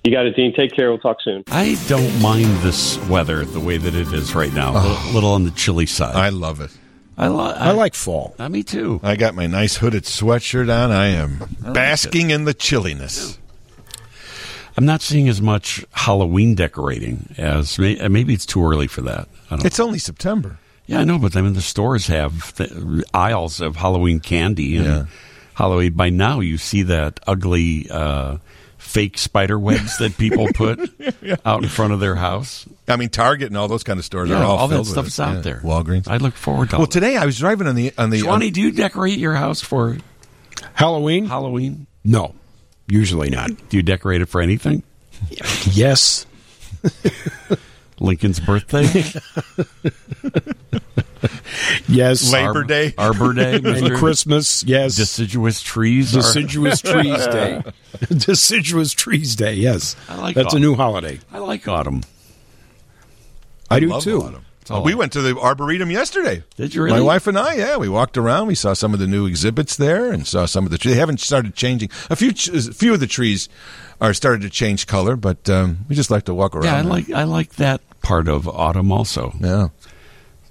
J: You got it, Dean. Take care. We'll talk soon.
B: I don't mind this weather the way that it is right now. A little on the chilly side. I
F: love it.
B: I, lo- I,
F: I like fall.
B: me too.
F: I got my nice hooded sweatshirt on. I am basking in the chilliness.
B: I'm not seeing as much Halloween decorating as may- uh, maybe it's too early for that. I don't
F: It's only September.
B: Yeah, I know, but I mean the stores have th- aisles of Halloween candy and Halloween. By now, you see that ugly uh, fake spider webs that people put out in front of their house.
F: I mean, Target and all those kind of stores
B: Yeah,
F: are all,
B: all that
F: filled with
B: stuff's
F: it.
B: out
F: Yeah.
B: there.
F: Walgreens.
B: I look forward to.
F: Well,
B: all that.
F: today uh, I was driving on the on the.
B: Johnny, do you decorate your house for
C: Halloween?
B: Halloween?
C: No, usually not.
B: Do you decorate it for anything?
C: Yes.
B: Lincoln's birthday?
C: yes.
B: Arbor- Arbor Day,
C: and
B: Mr.
C: Christmas. Yes.
B: Deciduous trees. are-
C: Deciduous trees day. Deciduous trees day. Yes.
B: I like
C: That's
B: autumn.
C: a new holiday.
B: I like autumn.
C: I, do
F: love
C: too.
F: autumn. we went to the Arboretum yesterday.
B: Did you really?
F: My wife and I, yeah, we walked around. We saw some of the new exhibits there, and saw some of the. They haven't started changing. A few, ch- a few of the trees are started to change color, but um, we just like to walk around.
B: Yeah, I
F: there.
B: like I like that part of autumn also.
F: Yeah,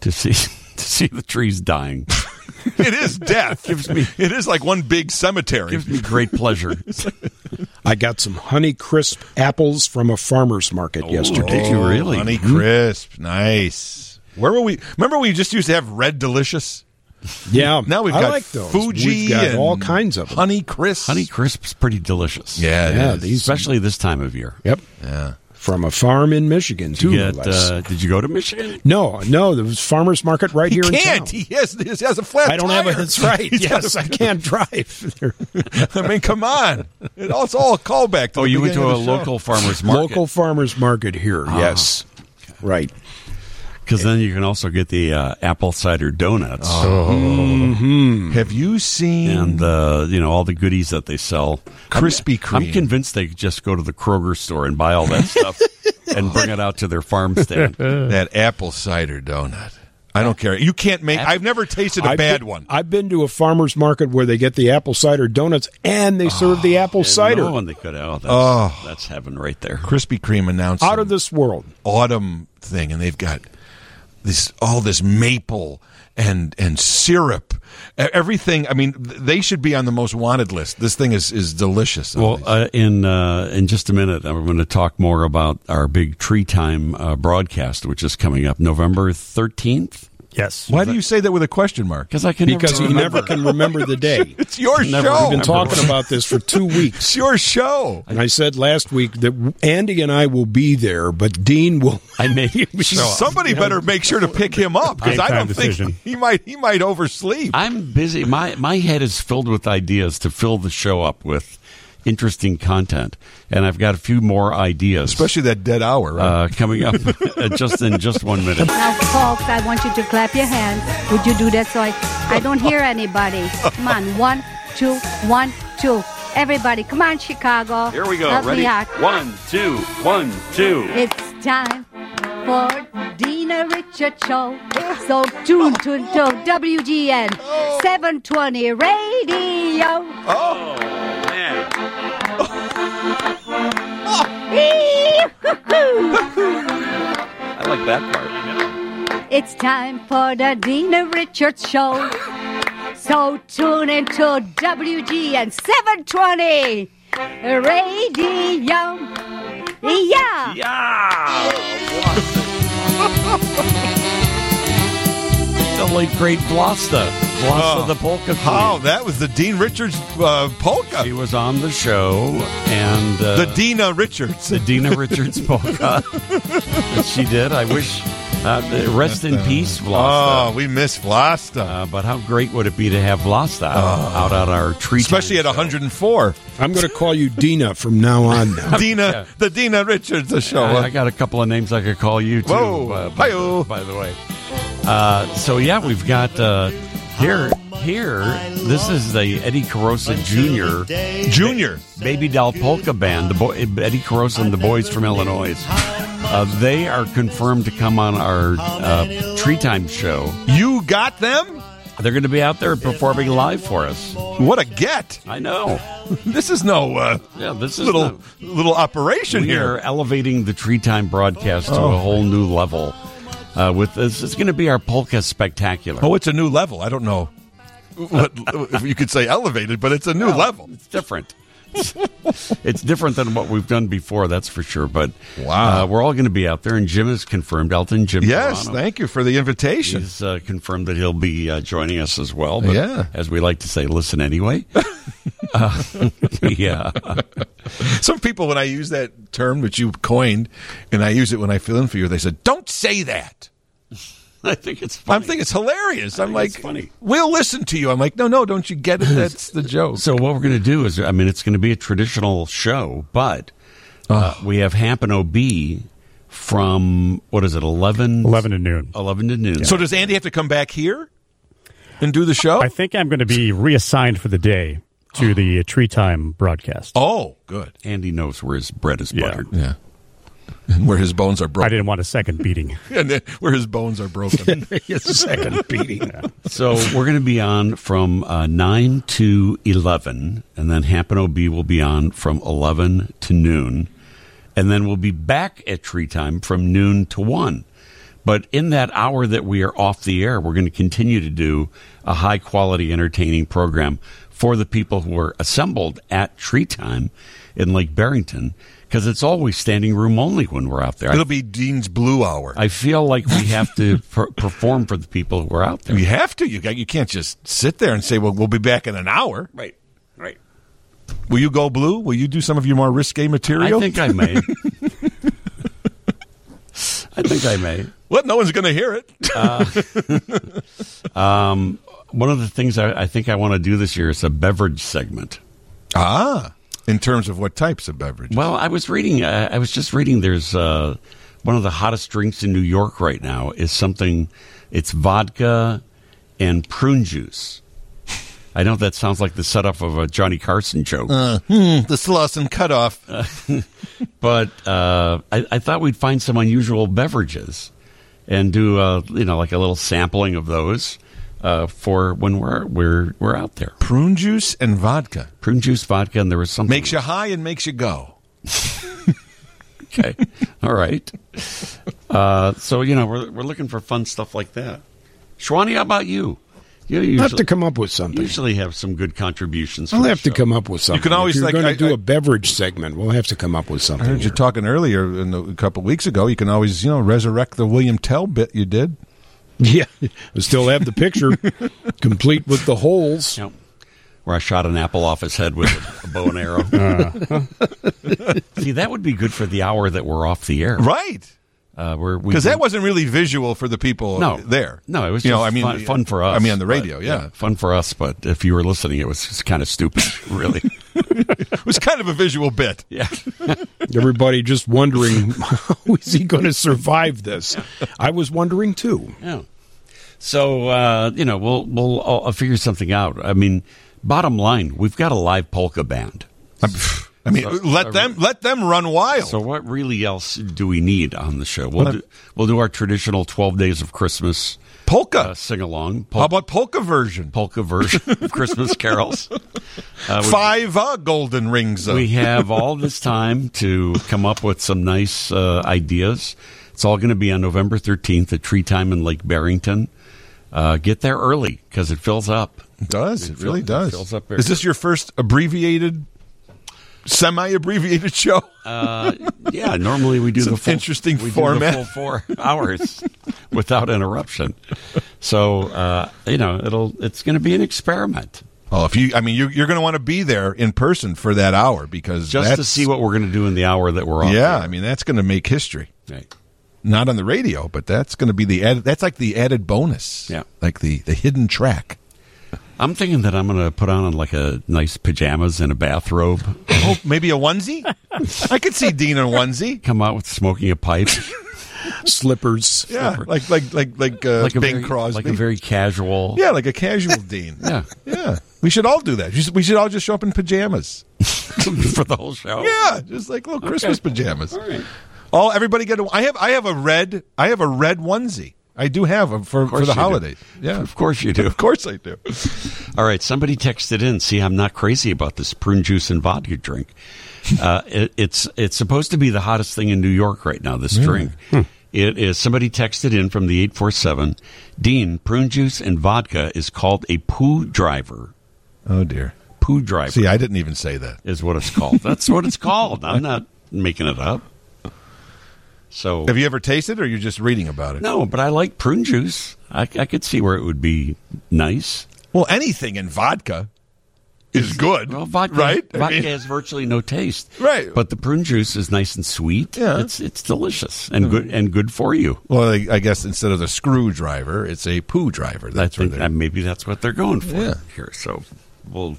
B: to see to see the trees dying
F: it is death. gives me. It is like one big cemetery.
B: gives me great pleasure.
C: I got some honey crisp apples from a farmer's market
F: Oh,
C: yesterday.
B: did you really?
F: Honey crisp, nice. Where were we? Remember, we just used to have Red Delicious.
C: Yeah.
F: Now we've
C: I
F: got
C: like those.
F: Fuji
C: We've got
F: and
C: all kinds of them.
F: Honey crisp.
B: Honey crisp's pretty delicious.
F: Yeah, it
C: Yeah,
F: is.
C: these-
B: especially this time of year.
C: Yep.
F: Yeah.
C: From a farm in Michigan, too.
B: You
C: no
B: get,
C: less.
B: uh, did you go to Michigan?
C: no, no, there was farmer's market right
F: He
C: here in town.
F: can't. He has, he has a flat.
C: I don't have a.
F: tire.
C: That's right.
F: He's got
C: yes,
F: a-
C: I can't drive.
F: I mean, come on. It all- It's all a callback. To
B: Oh,
F: the
B: you went to
F: beginning
B: a
F: of the show.
B: local farmer's market.
C: Local farmers market here. Yes, right.
B: Because then you can also get the uh, apple cider donuts
F: Have you
B: Hmm.
F: seen?
B: and uh, you know all the goodies that they sell.
F: Krispy
B: I'm,
F: Kreme.
B: I'm convinced they just go to the Kroger store and buy all that stuff and bring it out to their farm stand.
F: that apple cider donut. I don't care. You can't make. I've never tasted a
C: I've
F: bad
C: been-
F: one.
C: I've been to a farmer's market where they get the apple cider donuts and they serve the apple cider.
B: No, and they could. Oh, that's, that's heaven right there.
F: Krispy Kreme announced
C: Out of
F: the
C: this world.
F: autumn thing, and they've got this all this maple and and syrup, E- everything. I mean, th- they should be on the most wanted list. This thing is is delicious.
B: Well, uh, in uh, in just a minute, I'm going to talk more about our big tree time uh, broadcast, which is coming up November 13th.
I: Yes.
F: why do you say that with a question mark?
B: Because I can
C: Because
B: never
C: you never can remember the day.
F: It's your
B: Never
F: show.
C: We've been talking about this for two weeks.
F: It's your show.
C: And I said last week that Andy and I will be there, but Dean will.
B: I may so
F: Somebody better make sure to pick him up because I
I: Big-time
F: don't think
I: decision.
F: he might he might oversleep.
B: I'm busy. My my head is filled with ideas to fill the show up with interesting content, and I've got a few more ideas,
F: Especially that dead hour. Right?
B: uh, coming up uh, just in just one minute.
N: Now, folks, I want you to clap your hands. Would you do that so I, I don't hear anybody? Come on, one, two, one, two. Everybody, come on, Chicago.
B: Here we go.
N: Help
B: Ready?
N: Me out.
B: One, two, one, two.
N: It's time for Dina Richard Show. So tune to, to WGN 720 Radio.
B: Oh man. I like that part.
N: It's time for the Dina Richards Show. So tune into WGN 720 Radio. Yeah.
B: The late great Vlasta. Vlasta
F: Oh.
B: the polka queen.
F: Oh, that was the Dean Richards uh, polka.
B: She was on the show and uh,
F: the Dina Richards.
B: the Dina Richards polka. that she did. I wish. Uh, rest in peace,
F: Oh,
B: Vlasta.
F: we miss Vlasta.
B: Uh, but how great would it be to have Vlasta out, out on our tree?
F: Oh. Especially at 104.
C: I'm going to call you Dina from now on. Now.
F: Dina, uh, the Dina Richards the show. uh,
B: I, I got a couple of names I could call you too.
F: Whoa.
B: by,
F: Hi-yo.
B: the, by the way, uh, so yeah, we've got uh, here here. This is the Eddie Carosa Jr.
F: Junior.
B: Baby Doll Polka Band, the boy, Eddie Carosa and the boys from Illinois. Uh, they are confirmed to come on our uh, Tree Time show.
F: You got them?
B: They're going to be out there performing live for us.
F: What a get!
B: I know.
F: this is no uh,
B: yeah, this is
F: little little operation
B: we
F: here.
B: are elevating the tree time broadcast to
F: Oh.
B: a whole new level. Uh, with this, it's going to be our polka spectacular.
F: Oh, it's a new level. I don't know what if you could say elevated, but it's a new
B: Well,
F: level.
B: It's different. it's different than what we've done before, that's for sure. But
F: Wow.
B: uh, we're all going to be out there, and Jim has confirmed. Elton Jim,
F: Yes,
B: Toronto.
F: thank you for the invitation.
B: He's uh, confirmed that he'll be uh, joining us as well. But
F: Yeah.
B: as we like to say, listen anyway. uh, yeah,
F: Some people, when I use that term that you coined, and I use it when I fill in for you, they said, "Don't say that."
B: I think it's.
F: I'm thinking it's hilarious. I'm
B: think
F: like,
B: it's funny.
F: "We'll listen to you." I'm like, "No, no, don't you get it? That's the joke."
B: So what we're going to do is, I mean, it's going to be a traditional show, but uh, we have Happen OB from what is it, eleven?
I: 11 to noon.
B: 11 to noon.
F: So does Andy have to come back here and do the show?
I: I think I'm going to be reassigned for the day to the tree time broadcast.
F: Oh, good.
B: Andy knows where his bread is
I: Yeah.
B: buttered.
F: Yeah. And where his bones are
I: I
F: broken.
I: didn't want a second beating.
F: And then where his bones are broken.
I: second beating.
B: So we're going to be on from uh, 9 to 11, and then Happen OB will be on from 11 to noon. And then we'll be back at Tree Time from noon to 1. But in that hour that we are off the air, we're going to continue to do a high quality, entertaining program for the people who are assembled at Tree Time in Lake Barrington, because it's always standing room only when we're out there.
F: It'll
B: I,
F: be Dean's Blue Hour.
B: I feel like we have to per- perform for the people who are out there.
F: You have to. You got. You can't just sit there and say, "Well, we'll be back in an hour."
B: Right, right.
F: Will you go blue? Will you do some of your more risque material?
B: I think I may. I think I may.
F: Well, no one's going to hear it.
B: Um, one of the things I, I think I want to do this year is a beverage segment.
F: ah, in terms of what types of beverages?
B: Well, I was reading. Uh, I was just reading. There's uh, one of the hottest drinks in New York right now is something. It's vodka and prune juice. I know that sounds like the setup of a Johnny Carson joke,
F: Uh, hmm, the Slauson cutoff.
B: but uh, I, I thought we'd find some unusual beverages and do uh, you know like a little sampling of those uh, for when we're we're we're out there.
F: Prune juice and vodka
B: Prune juice, vodka, and there was something
F: makes you high and makes you go.
B: okay. All right. Uh, so you know we're we're looking for fun stuff like that. Shwani, how about you? You
C: I
B: usually,
C: have to come up with something.
B: usually have some good contributions. for
C: I'll
B: the
C: have to
B: show.
C: come up with something.
F: can always,
C: if you're
F: like,
C: going
F: I-
C: to do
F: I-
C: a beverage segment. We'll have to come up with
F: I
C: something.
F: heard you
C: here.
F: talking earlier in the, a couple weeks ago. You can always, you know, resurrect the William Tell bit you did.
C: Yeah, I still have the picture complete with the holes.
B: Yep. Where I shot an apple off his head with a bow and arrow. See, that would be good for the hour that we're off the air.
F: Uh-huh. Right.
B: Uh, where we
F: Because that
B: can-
F: wasn't really visual for the people
B: no
F: there.
B: No, it was
F: you
B: just
F: know, I mean,
B: fun, fun for us.
F: I mean, on the
B: but-
F: radio, yeah.
B: fun for us. But if you were listening, it was just kind of stupid, really.
F: It was kind of a visual bit.
B: yeah.
C: Everybody just wondering how is he going to survive this? I was wondering too.
B: Yeah. So uh, you know, we'll we'll I'll, I'll figure something out. I mean, bottom line, we've got a live polka band.
F: I'm- I mean, let them let them run wild.
B: So what really else do we need on the show? We'll
F: Well,
B: do, we'll do our traditional twelve days of Christmas
F: polka.
B: uh, sing along.
F: How about polka version?
B: polka version of Christmas carols? Uh, we-
F: Five uh, golden rings. uh,
B: we have all this time to come up with some nice uh, ideas. It's all going to be on November 13th at Tree Time in Lake Barrington. Uh, get there early because it fills up.
F: It does. It, really
B: fills- it
F: does.
B: fills up very
F: Is this your first abbreviated, semi-abbreviated show?
B: Uh, Yeah, normally we do
F: It's
B: the
F: an
B: full,
F: interesting
B: we do the
F: format.
B: full four hours without interruption. So uh, you know it'll it's going to be an experiment
F: Oh, if you, I mean, you, you're going to want to be there in person for that hour because
B: just to
F: that's-
B: see what we're going to do in the hour that we're on.
F: Yeah, I mean, that's going to make history.
B: Right.
F: Not on the radio, but that's going to be the added. That's like the added bonus.
B: Yeah.
F: like the the hidden track.
B: I'm thinking that I'm going to put on like a nice pajamas and a bathrobe,
F: Oh, maybe a onesie. I could see Dean in a onesie.
B: come out with smoking a pipe.
C: Slippers.
F: Yeah, like like like like uh,
B: like a
F: Bing
B: very,
F: Crosby.
B: like a very casual.
F: yeah, like a casual Dean.
B: Yeah.
F: yeah. We should all do that. We should- We should all just show up in pajamas.
B: for the whole show.
F: Yeah, just like little Christmas pajamas. All everybody get. A, I have I have a red I have a red onesie. I do have them for, for
B: course
F: the
B: you do.
F: holidays. Yeah,
B: Of course you do.
F: of course I do.
B: All right, somebody texted in. See, I'm not crazy about this prune juice and vodka drink. Uh, it, it's it's supposed to be the hottest thing in New York right now. This drink.
F: Hmm.
B: It is somebody texted in from the eight four seven. Dean, prune juice and vodka is called a poo driver.
F: Oh dear,
B: poo driver.
F: See, I didn't even say that.
B: Is what it's called. That's what it's called. I'm not making it up. So
F: Have you ever tasted, it or you're just reading about it?
B: no, but I like prune juice. I, I could see where it would be nice.
F: Well, anything in vodka is good,
B: Well, vodka,
F: right? I
B: Vodka
F: mean-
B: has virtually no taste,
F: Right.
B: But the prune juice is nice and sweet.
F: Yeah. Mm-hmm.
B: it's it's delicious and good and good for you.
F: Well, I, I guess instead of the screwdriver, it's a poo driver. That's
B: I think
F: what
B: that maybe that's what they're going for
F: Yeah.
B: here. So we'll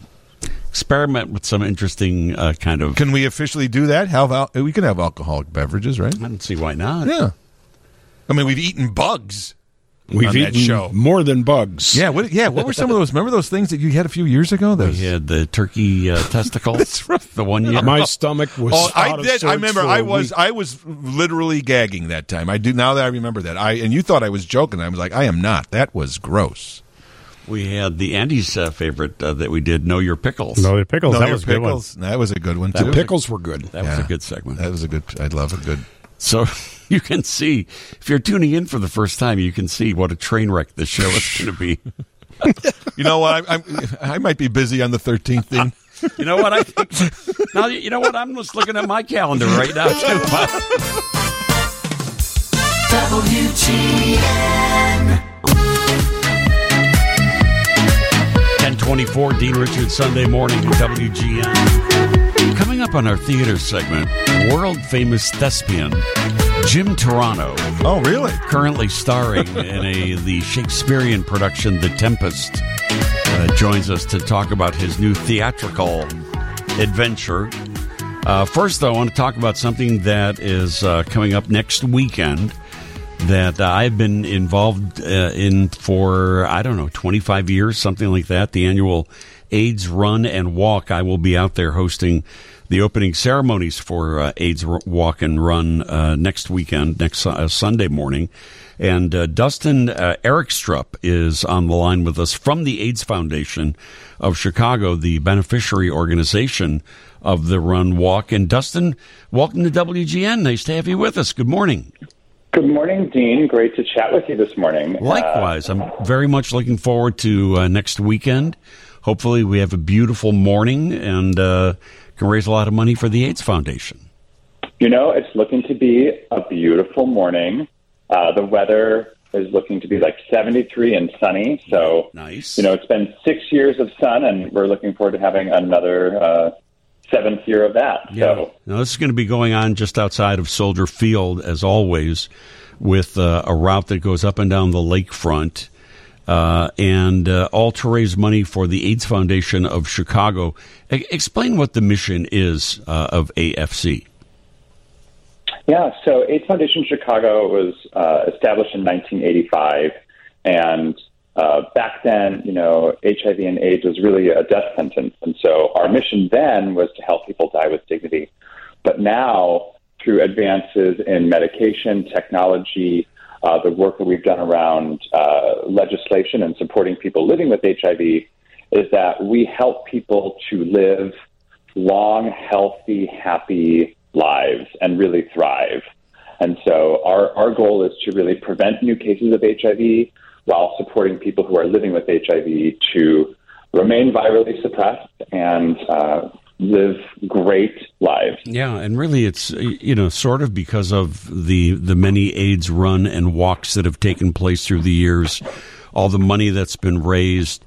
B: experiment with some interesting uh, kind of.
F: Can we officially do that? Have al- we can have alcoholic beverages, right?
B: I don't see why not.
F: Yeah. I mean, we've eaten bugs.
C: We've
F: on
C: eaten
F: that show.
C: more than bugs.
F: Yeah. What, yeah. What were some of those? Remember those things that you had a few years ago?
B: We
F: Those.
B: had the turkey uh, testicles.
F: That's right.
B: The one year.
C: My stomach was.
F: Oh, I
C: out of
F: did. I
C: sorts
F: remember.
C: for a
F: I was.
C: week.
F: I was literally gagging that time. I do now that I remember that. I and you thought I was joking. I was like, I am not. That was gross.
B: we had the Andy's uh, favorite uh, that we did. Know your pickles.
O: No, they're pickles.
F: No,
O: that
F: your
O: was a good one.
F: pickles. That was a good one
B: That
F: too.
B: was a-
C: Pickles were good.
B: that was a
F: Yeah.
B: good segment.
F: That was a good. I love a good.
B: So you can see if you're tuning in for the first time, you can see what a train wreck this show is going to be.
F: You know what? I, I'm, I might be busy on the 13th. Then.
B: You know what? I think, now you know what I'm just looking at my calendar right now too. Ten twenty-four, Dean Richards, Sunday morning at WGN. Coming up on our theater segment, world famous thespian Jim Toronto,
F: Oh, really?
B: currently starring in a the Shakespearean production The Tempest, uh, joins us to talk about his new theatrical adventure. Uh, first, though, I want to talk about something that is uh, coming up next weekend that I've been involved uh, in for, I don't know, 25 years, something like that. The annual AIDS Run and Walk. I will be out there hosting the opening ceremonies for uh, AIDS R- Walk and Run uh, next weekend, next Su- uh, Sunday morning. And uh, Dustin uh, Erikstrup is on the line with us from the AIDS Foundation of Chicago, the beneficiary organization of the Run Walk. And Dustin, welcome to WGN. Nice to have you with us. Good morning.
J: Good morning, Dean. Great to chat with you this morning.
B: Likewise, I'm very much looking forward to uh, next weekend. Hopefully, we have a beautiful morning and uh, can raise a lot of money for the AIDS Foundation.
J: You know, it's looking to be a beautiful morning. Uh, the weather is looking to be like 73 and sunny. So,
B: Nice.
J: you know, it's been six years of sun, and we're looking forward to having another uh, seventh year of that. So,
B: Now, this is going to be going on just outside of Soldier Field, as always, with uh, a route that goes up and down the lakefront. Uh, and uh, all to raise money for the AIDS Foundation of Chicago. E- explain what the mission is uh, of AFC.
J: Yeah, so AIDS Foundation Chicago was uh, established in 1985, and uh, back then, you know, HIV and AIDS was really a death sentence, and so our mission then was to help people die with dignity. But now, through advances in medication, technology, uh, the work that we've done around uh, legislation and supporting people living with HIV, is that we help people to live long, healthy, happy lives and really thrive. And so our, our goal is to really prevent new cases of HIV while supporting people who are living with HIV to remain virally suppressed and uh, live great lives.
B: Yeah, and really, it's uh, you know sort of because of the the many AIDS run and walks that have taken place through the years, all the money that's been raised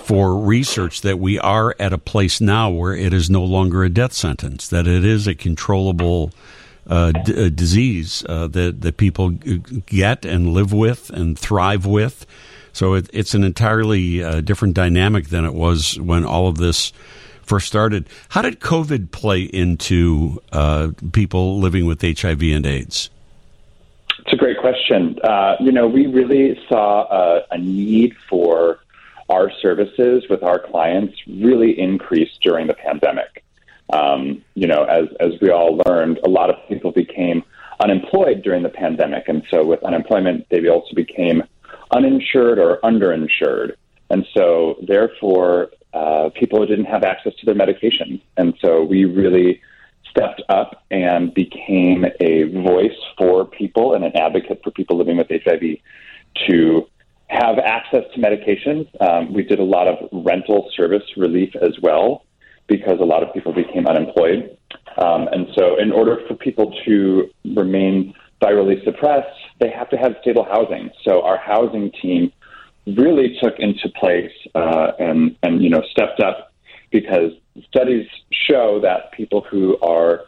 B: for research that we are at a place now where it is no longer a death sentence, that it is a controllable uh, d- uh, disease uh, that that people g- get and live with and thrive with. So it, it's an entirely uh, different dynamic than it was when all of this first started. How did COVID play into uh, people living with HIV and AIDS?
J: It's a great question. Uh, you know, we really saw a, a need for our services with our clients really increase during the pandemic. Um, you know, as, as we all learned, a lot of people became unemployed during the pandemic. And so with unemployment, they also became uninsured or underinsured. And so therefore, uh, people didn't have access to their medication. And so we really stepped up and became a voice for people and an advocate for people living with HIV to have access to medications. Um, we did a lot of rental service relief as well because a lot of people became unemployed. Um, and so, in order for people to remain virally suppressed, they have to have stable housing. So, our housing team really took into place uh, and, and you know stepped up because studies show that people who are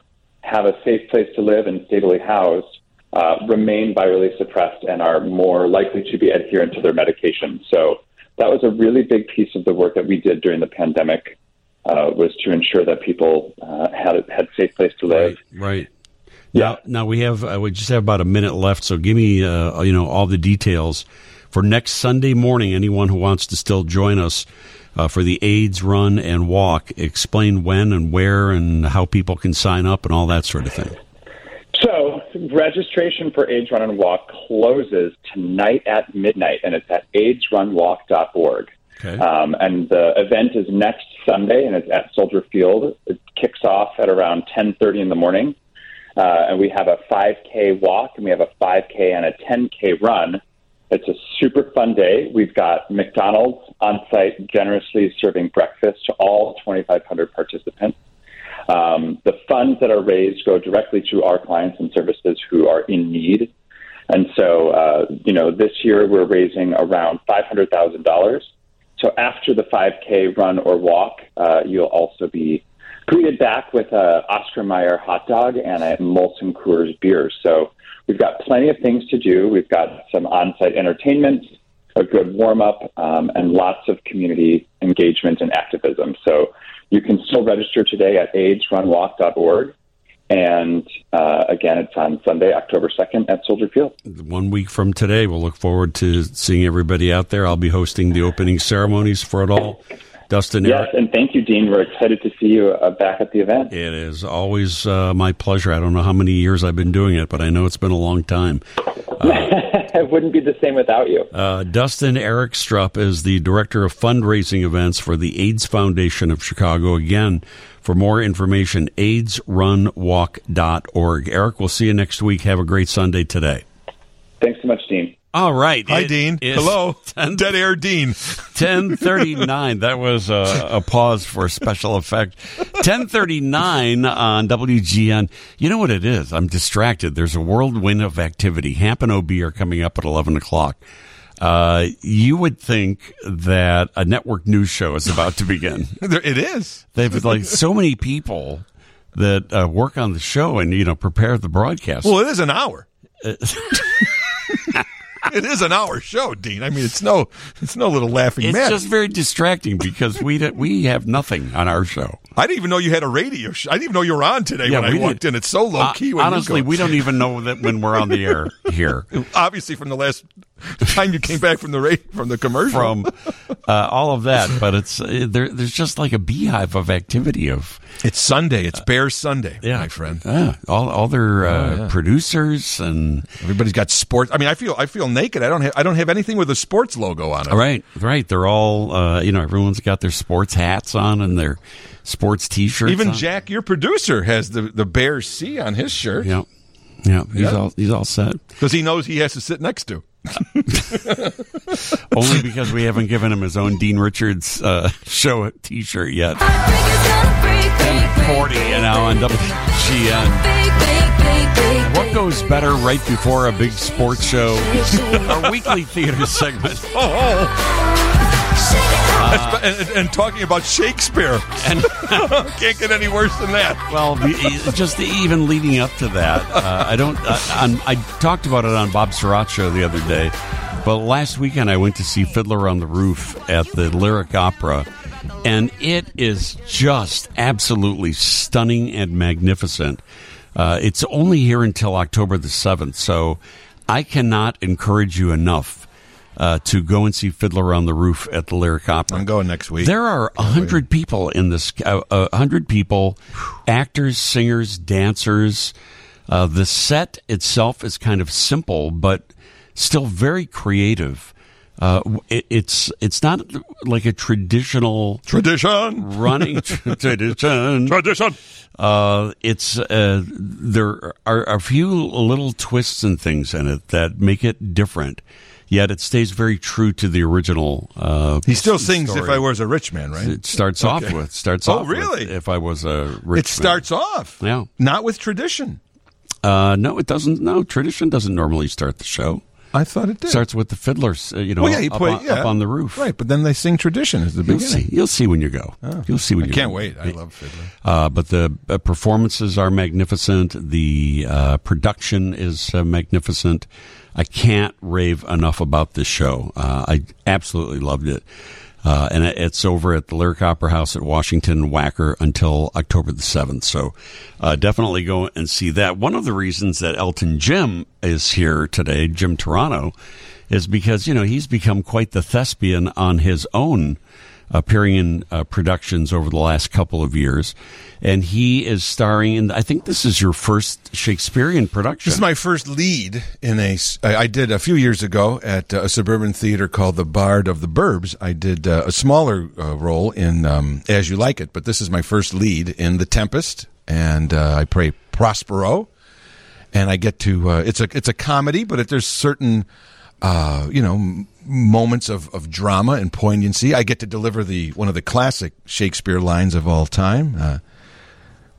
J: have a safe place to live and stably housed uh, remain virally suppressed and are more likely to be adherent to their medication. So that was a really big piece of the work that we did during the pandemic uh, was to ensure that people uh, had had safe place to live.
B: Right. Yeah. Now, now we have uh, we just have about a minute left, so give me uh, you know all the details for next Sunday morning. Anyone who wants to still join us uh, for the AIDS run and walk, explain when and where and how people can sign up and all that sort of thing.
J: So registration for AIDS Run and Walk closes tonight at midnight, and it's at AIDSRunWalk.org.
B: Okay.
J: Um, and the event is next Sunday, and it's at Soldier Field. It kicks off at around 10:30 in the morning, uh, and we have a 5K walk, and we have a 5K and a 10K run. It's a super fun day. We've got McDonald's on site generously serving breakfast to all 2,500 participants. Um, the funds that are raised go directly to our clients and services who are in need. And so, uh, you know, this year we're raising around $500,000. So after the 5K run or walk, uh, you'll also be greeted back with a Oscar Mayer hot dog and a Molson Coors beer. So we've got plenty of things to do. We've got some on-site entertainment, a good warm-up, um, and lots of community engagement and activism. So you can still register today at AIDSRunWalk.org. And uh, again, it's on Sunday, October 2nd at Soldier Field.
B: One week from today, we'll look forward to seeing everybody out there. I'll be hosting the opening ceremonies for it all. Dustin,
J: Yes, and thank you, Dean. We're excited to see you uh, back at the event.
B: It is always uh, my pleasure. I don't know how many years I've been doing it, but I know it's been a long time.
J: it wouldn't be the same without you.
B: Uh, Dustin Eric Strupp is the director of fundraising events for the AIDS Foundation of Chicago. Again, for more information, aidsrunwalk.org. Eric, we'll see you next week. Have a great Sunday today.
J: Thanks so much, Dean.
B: All right.
F: Hi,
B: It
F: Dean.
B: is
F: Hello. Dead air Dean.
B: 1039. That was a, a pause for a special effect. 1039 on WGN. You know what it is? I'm distracted. There's a whirlwind of activity. Hamp and OB are coming up at 11 o'clock. Uh, you would think that a network news show is about to begin.
F: it is.
B: They've like so many people that uh, work on the show and, you know, prepare the broadcast.
F: Well, it is an hour.
B: Uh,
F: It is an hour show, Dean. I mean, it's no, it's no little laughing
B: it's
F: matter.
B: just very distracting because we, don't- we have nothing on our show.
F: I didn't even know you had a radio. show. I didn't even know you were on today
B: Yeah,
F: when
B: we
F: I walked
B: did-
F: in. It's so low
B: Uh,
F: key. When you
B: honestly,
F: go.
B: we don't even know that when we're on the air here.
F: Obviously, from the last time you came back from the ra- from the commercial,
B: From uh, all of that, but it's uh, there. There's just like a beehive of activity of.
F: It's Sunday. It's Bear Sunday, yeah, my friend.
B: Uh,
F: Oh,
B: Yeah, all all their uh,
F: yeah.
B: producers and
F: everybody's got sports. I mean, I feel I feel naked. I don't have I don't have anything with a sports logo on it.
B: Right, right. They're all uh, you know. Everyone's got their sports hats on and their sports T-shirts.
F: Even
B: on.
F: Jack, your producer, has the the Bear C on his shirt.
B: Yeah, yeah. He's
F: Yeah.
B: all he's all set.
F: Because he knows he has to sit next to.
B: Only because we haven't given him his own Dean Richards uh, show T-shirt yet. Ten forty, you know, on WGN. What goes better right before a big sports show? Our weekly theater segment.
F: That's- and, and talking about Shakespeare.
B: And
F: Can't get any worse than that.
B: Well, the- just even leading up to that, uh, I don't. Uh, on, I talked about it on Bob Sriracha show the other day, but last weekend I went to see Fiddler on the Roof at the Lyric Opera, and it is just absolutely stunning and magnificent. Uh, it's only here until October the seventh, so I cannot encourage you enough uh, to go and see Fiddler on the Roof at the Lyric Opera. I'm
F: going next week.
B: There are a hundred people in this. A uh, hundred people, actors, singers, dancers. Uh, the set itself is kind of simple, but still very creative. Uh, it, it's it's not like a traditional
F: tradition
B: running tradition
F: tradition.
B: Uh, it's uh, there are a few little twists and things in it that make it different. Yet it stays very true to the original. Uh,
F: He still sings
B: story.
F: "If I Was a Rich Man," right?
B: It starts
F: Okay.
B: off with starts
F: Oh,
B: off. with
F: really?
B: if I was a rich,
F: it starts off
B: Man. Yeah.
F: not with tradition.
B: Uh, no, it doesn't. No, tradition doesn't normally start the show.
F: I thought it did.
B: Starts with the fiddlers, uh, you know,
F: well, yeah, he
B: up,
F: played
B: on, up on the roof.
F: right? But then they sing tradition at the
B: You'll
F: beginning.
B: see. You'll see when you go.
F: Oh.
B: You'll see when
F: I
B: you
F: can't
B: go.
F: wait. I love Fiddler.
B: Uh, but the uh, performances are magnificent. The uh, production is uh, magnificent. I can't rave enough about this show. Uh, I absolutely loved it. Uh, and it- it's over at the Lyric Opera House at Washington Wacker until October the 7th. So uh, definitely go and see that. One of the reasons that Elton Jim is here today, Jim Toronto, is because, you know, he's become quite the thespian on his own appearing in uh, productions over the last couple of years, and he is starring in. I think this is your first Shakespearean production.
F: This is my first lead in a. s- I I did a few years ago at uh, a suburban theater called the Bard of the Burbs. I did uh, a smaller uh, role in um, As You Like It, but this is my first lead in The Tempest, and uh, I play Prospero, and I get to. Uh, it's a it's a comedy, but it, there's certain. Uh, you know, m- moments of, of drama and poignancy. I get to deliver the one of the classic Shakespeare lines of all time. Uh,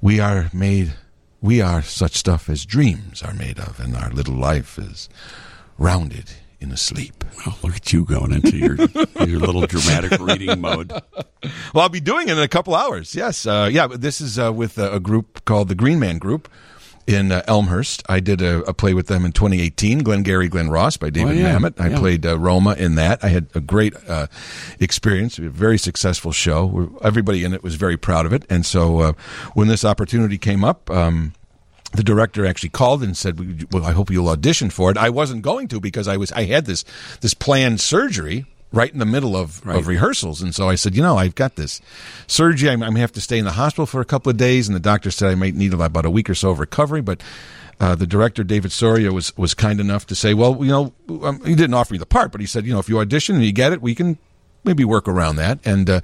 F: we are made we are such stuff as dreams are made of and our little life is rounded in a sleep
B: oh, look at you going into your your little dramatic reading mode.
F: well i'll be doing it in a couple hours yes uh, yeah but this is uh, with a, a group called the green man group in uh, elmhurst i did a, a play with them in 2018 glengarry glen ross by david
B: Oh, yeah.
F: mamet i
B: Yeah.
F: played uh, roma in that i had a great uh, experience a very successful show We're- everybody in it was very proud of it and so uh, when this opportunity came up um, the director actually called and said, "Well, I hope you'll audition for it." I wasn't going to because I was I had this this planned surgery right in the middle of, of rehearsals, and so I said, "You know, I've got this surgery. I'm, I'm gonna have to stay in the hospital for a couple of days." And the doctor said I might need about a week or so of recovery, but. Uh, the director David Soria was was kind enough to say, "Well, you know, um, he didn't offer me the part, but he said, you know, if you audition and you get it, we can maybe work around that. And uh,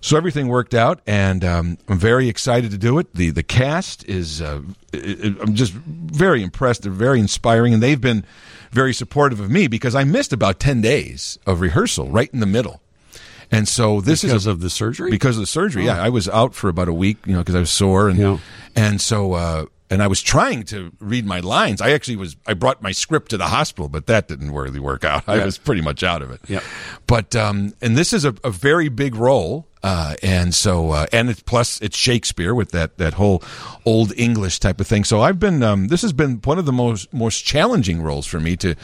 F: so everything worked out, and um, I'm very excited to do it. the The cast is uh, i- i- I'm just very impressed. They're very inspiring, and they've been very supportive of me because I missed about ten days of rehearsal right in the middle. And so this
B: Because
F: is a-
B: of the surgery?
F: Because of the surgery, yeah.
B: Oh.
F: I was out for about a week, you know, because I was sore, and
B: Yeah.
F: and so uh, and I was trying to read my lines. I actually was. I brought my script to the hospital, but that didn't really work out. I
B: Yeah.
F: was pretty much out of it.
B: Yeah.
F: But um, and this is a, a very big role, uh, and so uh, and it's plus it's Shakespeare with that that whole old English type of thing. So I've been um, this has been one of the most most challenging roles for me to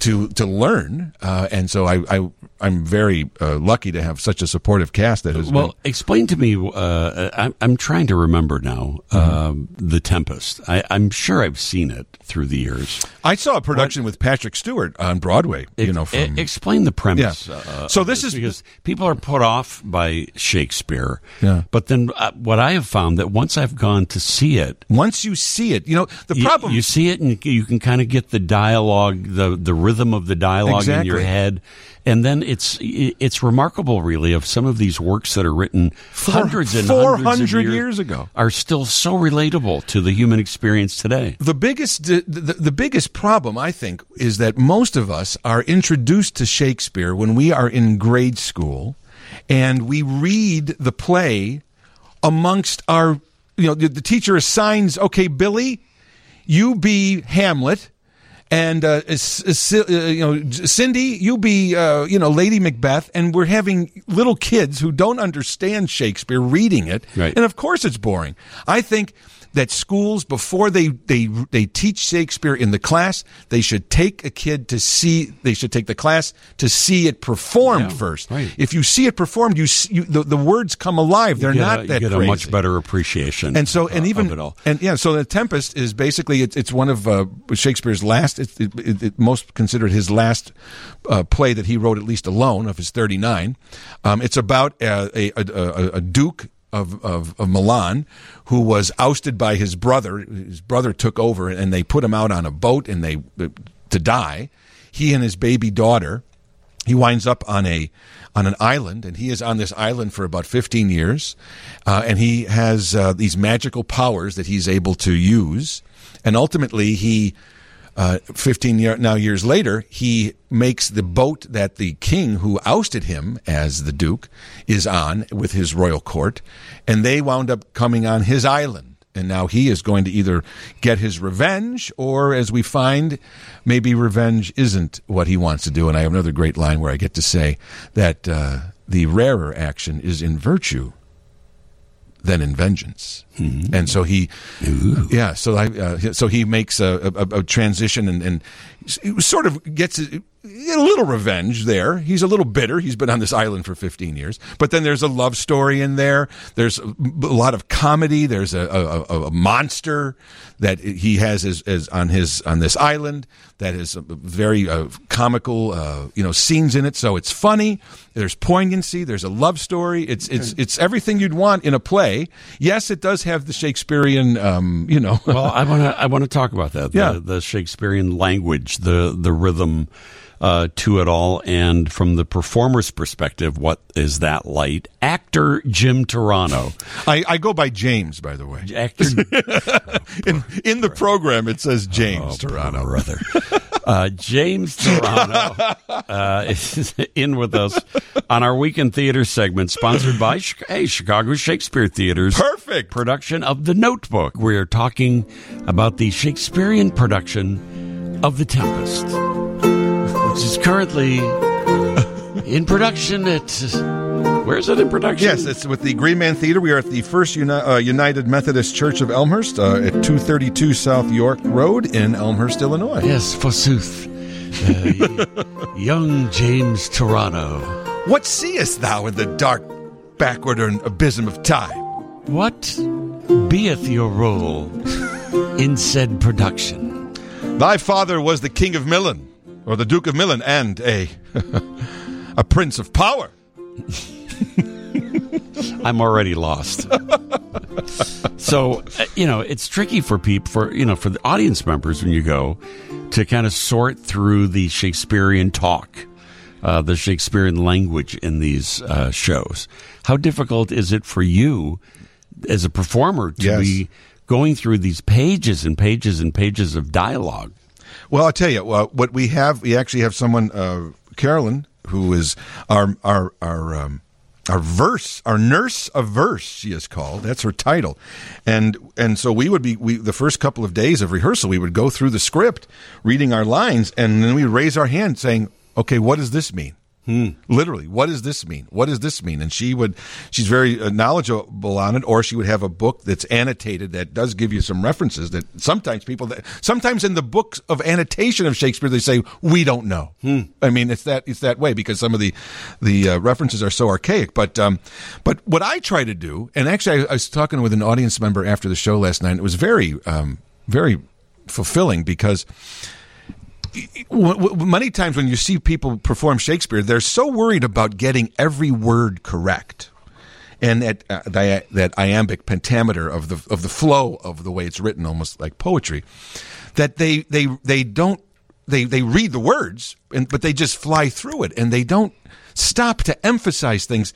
F: to to learn, uh, and so I, I I'm very uh, lucky to have such a supportive cast that has
B: Well, explain to me. Uh, I'm, I'm trying to remember now. um the Tempest. I, I'm sure I've seen it through the years.
F: I saw a production with Patrick Stewart on Broadway. you know,
B: E-
F: from,
B: explain the premise.
F: Yeah.
B: uh,
F: So
B: of
F: this is-
B: because people are put off by Shakespeare.
F: Yeah.
B: But then uh, what I have found that once I've gone to see it,
F: once you see it, you know the
B: you-
F: problem.
B: you, see it and you can kind of get the dialogue, the the rhythm of the dialogue in your
F: Exactly.
B: head, and then it's it's remarkable, really, of some of these works that are written hundreds and hundreds of
F: 400
B: years,
F: years ago.
B: are still so relatable to the human experience today.
F: the biggest the, the, the biggest problem I think is that most of us are introduced to Shakespeare when we are in grade school and we read the play amongst our you know the, the teacher assigns okay Billy you be Hamlet and uh, S- S- uh, you know Cindy you be uh, you know Lady Macbeth and we're having little kids who don't understand Shakespeare reading it
B: Right.
F: and of course it's boring I think that schools before they they they teach Shakespeare in the class they should take a kid to see they should take the class to see it performed
B: Yeah,
F: first
B: right.
F: if you see it performed you, s- you the, the words come alive they're
B: You get
F: not
B: a,
F: that
B: you get a
F: crazy
B: much better appreciation.
F: and so and
B: uh,
F: even
B: of it all.
F: and yeah so the tempest is basically it's, it's one of uh, shakespeare's last it's it, it, it most considered his last uh, play that he wrote at least alone of his 39 um, it's about uh, a, a, a, a duke of, of, of Milan, who was ousted by his brother. His brother took over, and they put him out on a boat and they to die. He and his baby daughter. He winds up on a on an island, and he is on this island for about fifteen years, uh, and he has uh, these magical powers that he's able to use, and ultimately he. Uh, 15 year, now years later, he makes the boat that the king who ousted him as the duke is on with his royal court, and they wound up coming on his island. And now he is going to either get his revenge, or as we find, maybe revenge isn't what he wants to do. And I have another great line where I get to say that uh, the rarer action is in virtue than in vengeance. Mm-hmm. And so he, Ooh. yeah, so I, uh, so he makes a, a, a transition and, and, sort of gets a, a, little revenge there. He's a little bitter. He's been on this island for 15 years, but then there's a love story in there. There's a lot of comedy. There's a, monster that he has as, as, on his, on this island that is very uh, comical, uh, you know, scenes in it. So it's funny. There's poignancy. There's a love story. It's, it's, it's everything you'd want in a play. Yes, it does have the Shakespearean, um, you know.
B: well, I want to I want to talk about that. The,
F: Yeah.
B: the Shakespearean language, the the rhythm uh, to it all, and from the performer's perspective, what is that light? Actor Jim Toronto.
F: I, I go by James, by the way.
B: Actor
F: in, in the program, it says James Toronto.
B: Brother. Uh, James Toronto uh, is in with us on our weekend theater segment, sponsored by Chi- hey, Chicago Shakespeare Theater's
F: perfect
B: production of The Notebook. We are talking about the Shakespearean production of The Tempest, which is currently in production at. Where is it in production?
F: Yes, it's with the Green Man Theater. We are at the First Uni- uh, United Methodist Church of Elmhurst uh, at 232 South York Road in Elmhurst, Illinois.
B: Yes, forsooth. Uh, Young James Toronto.
F: What seest thou in the dark, backward and abysm of time?
B: What beeth your role in said production?
F: Thy father was the King of Milan, or the Duke of Milan, and a a prince of power.
B: I'm already lost. so uh, you know it's tricky for people for you know for the audience members when you go to kind of sort through the Shakespearean talk, uh, the Shakespearean language in these uh, shows. How difficult is it for you as a performer to
F: Yes.
B: be going through these pages and pages and pages of dialogue?
F: Well, I'll tell you uh, what we have. We actually have someone, uh, Carolyn, who is our our our um, our verse, our nurse of verse. She is called. That's her title, and and so we would be we the first couple of days of rehearsal. We would go through the script, reading our lines, and then we would raise our hand, saying, "Okay, what does this mean?" Hmm. Literally, what does this mean? What does this mean? And she would, she's very uh, knowledgeable on it, or she would have a book that's annotated that does give you some references that sometimes people, that, sometimes in the books of annotation of Shakespeare, they say we don't know. I mean, it's that it's that way because some of the the uh, references are so archaic. But um, but what I try to do, and actually, I, I was talking with an audience member after the show last night. And it was very um, very fulfilling because w- w- many times when you see people perform Shakespeare, they're so worried about getting every word correct. And that uh, dia- that iambic pentameter of the of the flow of the way it's written, almost like poetry, that they they they don't they they read the words, and but they just fly through it, and they don't stop to emphasize things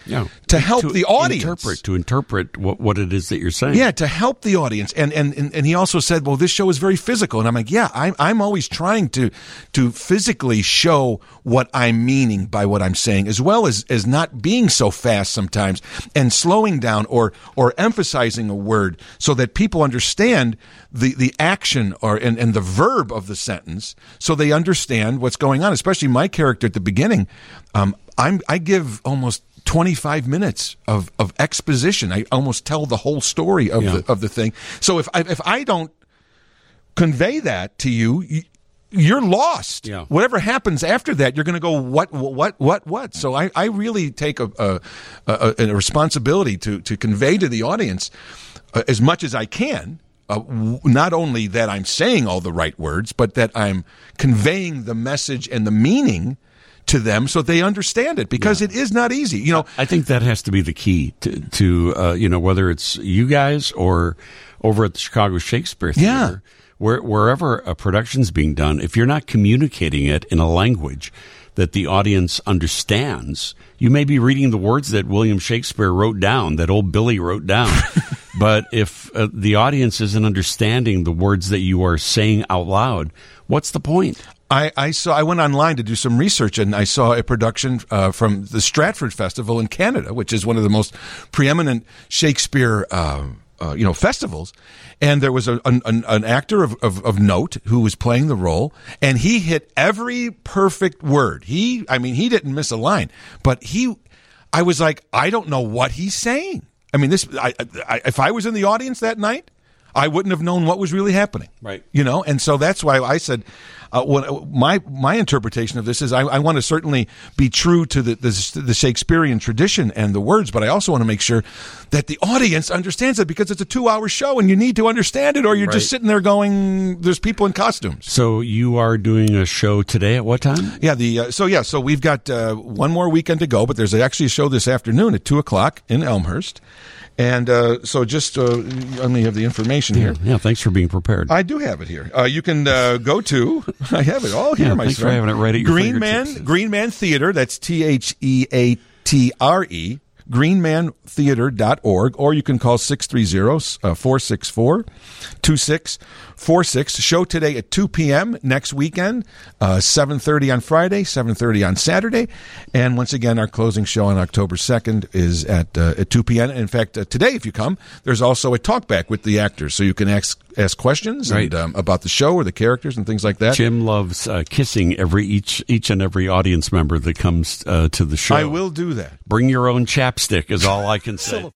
F: to help the audience
B: interpret to interpret what, what it is that you're saying.
F: yeah, to help the audience. And, and and and he also said, "Well, this show is very physical." And I'm like, "Yeah, I'm I'm always trying to to physically show what I'm meaning by what I'm saying, as well as as not being so fast sometimes and slowing down or or emphasizing a word so that people understand the the action or and and the verb of the sentence, so they understand what's going on. Especially my character at the beginning, um, I'm I give almost 25 minutes of, of exposition. I almost tell the whole story of the of the thing. So if I, if I don't convey that to you, you you're lost.
B: Yeah.
F: Whatever happens after that, you're going to go what what what what. So I, I really take a a, a, a responsibility to to convey to the audience uh, as much as I can. Uh, w- not only that I'm saying all the right words, but that I'm conveying the message and the meaning to them so they understand it because it is not easy. You know,
B: I think that has to be the key to, to uh, you know, whether it's you guys or over at the Chicago Shakespeare Theater, yeah. where, wherever a production's being done, if you're not communicating it in a language that the audience understands, you may be reading the words that William Shakespeare wrote down, that old Billy wrote down. but if uh, the audience isn't understanding the words that you are saying out loud, what's the point?
F: I, I saw I went online to do some research and I saw a production uh, from the Stratford Festival in Canada, which is one of the most preeminent Shakespeare. um uh, you know festivals, and there was a, an, an, an actor of, of, of note who was playing the role, and he hit every perfect word. He, I mean, he didn't miss a line, but he, I was like, I don't know what he's saying. I mean, this, I, I, if I was in the audience that night, I wouldn't have known what was really happening.
B: Right.
F: You know, and so that's why I said uh, when, my my interpretation of this is I, I want to certainly be true to the, the the Shakespearean tradition and the words, but I also want to make sure that the audience understands it because it's a two hour show and you need to understand it, or you're
B: Right.
F: just sitting there going, "There's people in costumes."
B: So you are doing a show today at what time?
F: Yeah, the uh, so yeah, so we've got uh, one more weekend to go, but there's actually a show this afternoon at two o'clock in Elmhurst, and uh, so just uh, let me have the information here.
B: Yeah, thanks for being prepared.
F: I do have it here. Uh, you can uh, go to. I have it all here,
B: Yeah,
F: my
B: thanks for
F: son.
B: having it right at your
F: Green Man, Green Man Theater. That's T H E A T R E. greenmantheater.org or you can call 630-464-2646 show today at 2 p.m next weekend uh, 7.30 on friday 7.30 on saturday and once again our closing show on october 2nd is at, uh, at 2 p.m in fact uh, today if you come there's also a talk back with the actors so you can ask ask questions
B: Right.
F: and, um, about the show or the characters and things like that
B: Jim loves uh, kissing every each each and every audience member that comes uh, to the show.
F: I will do that.
B: Bring your own chapstick is all I can say.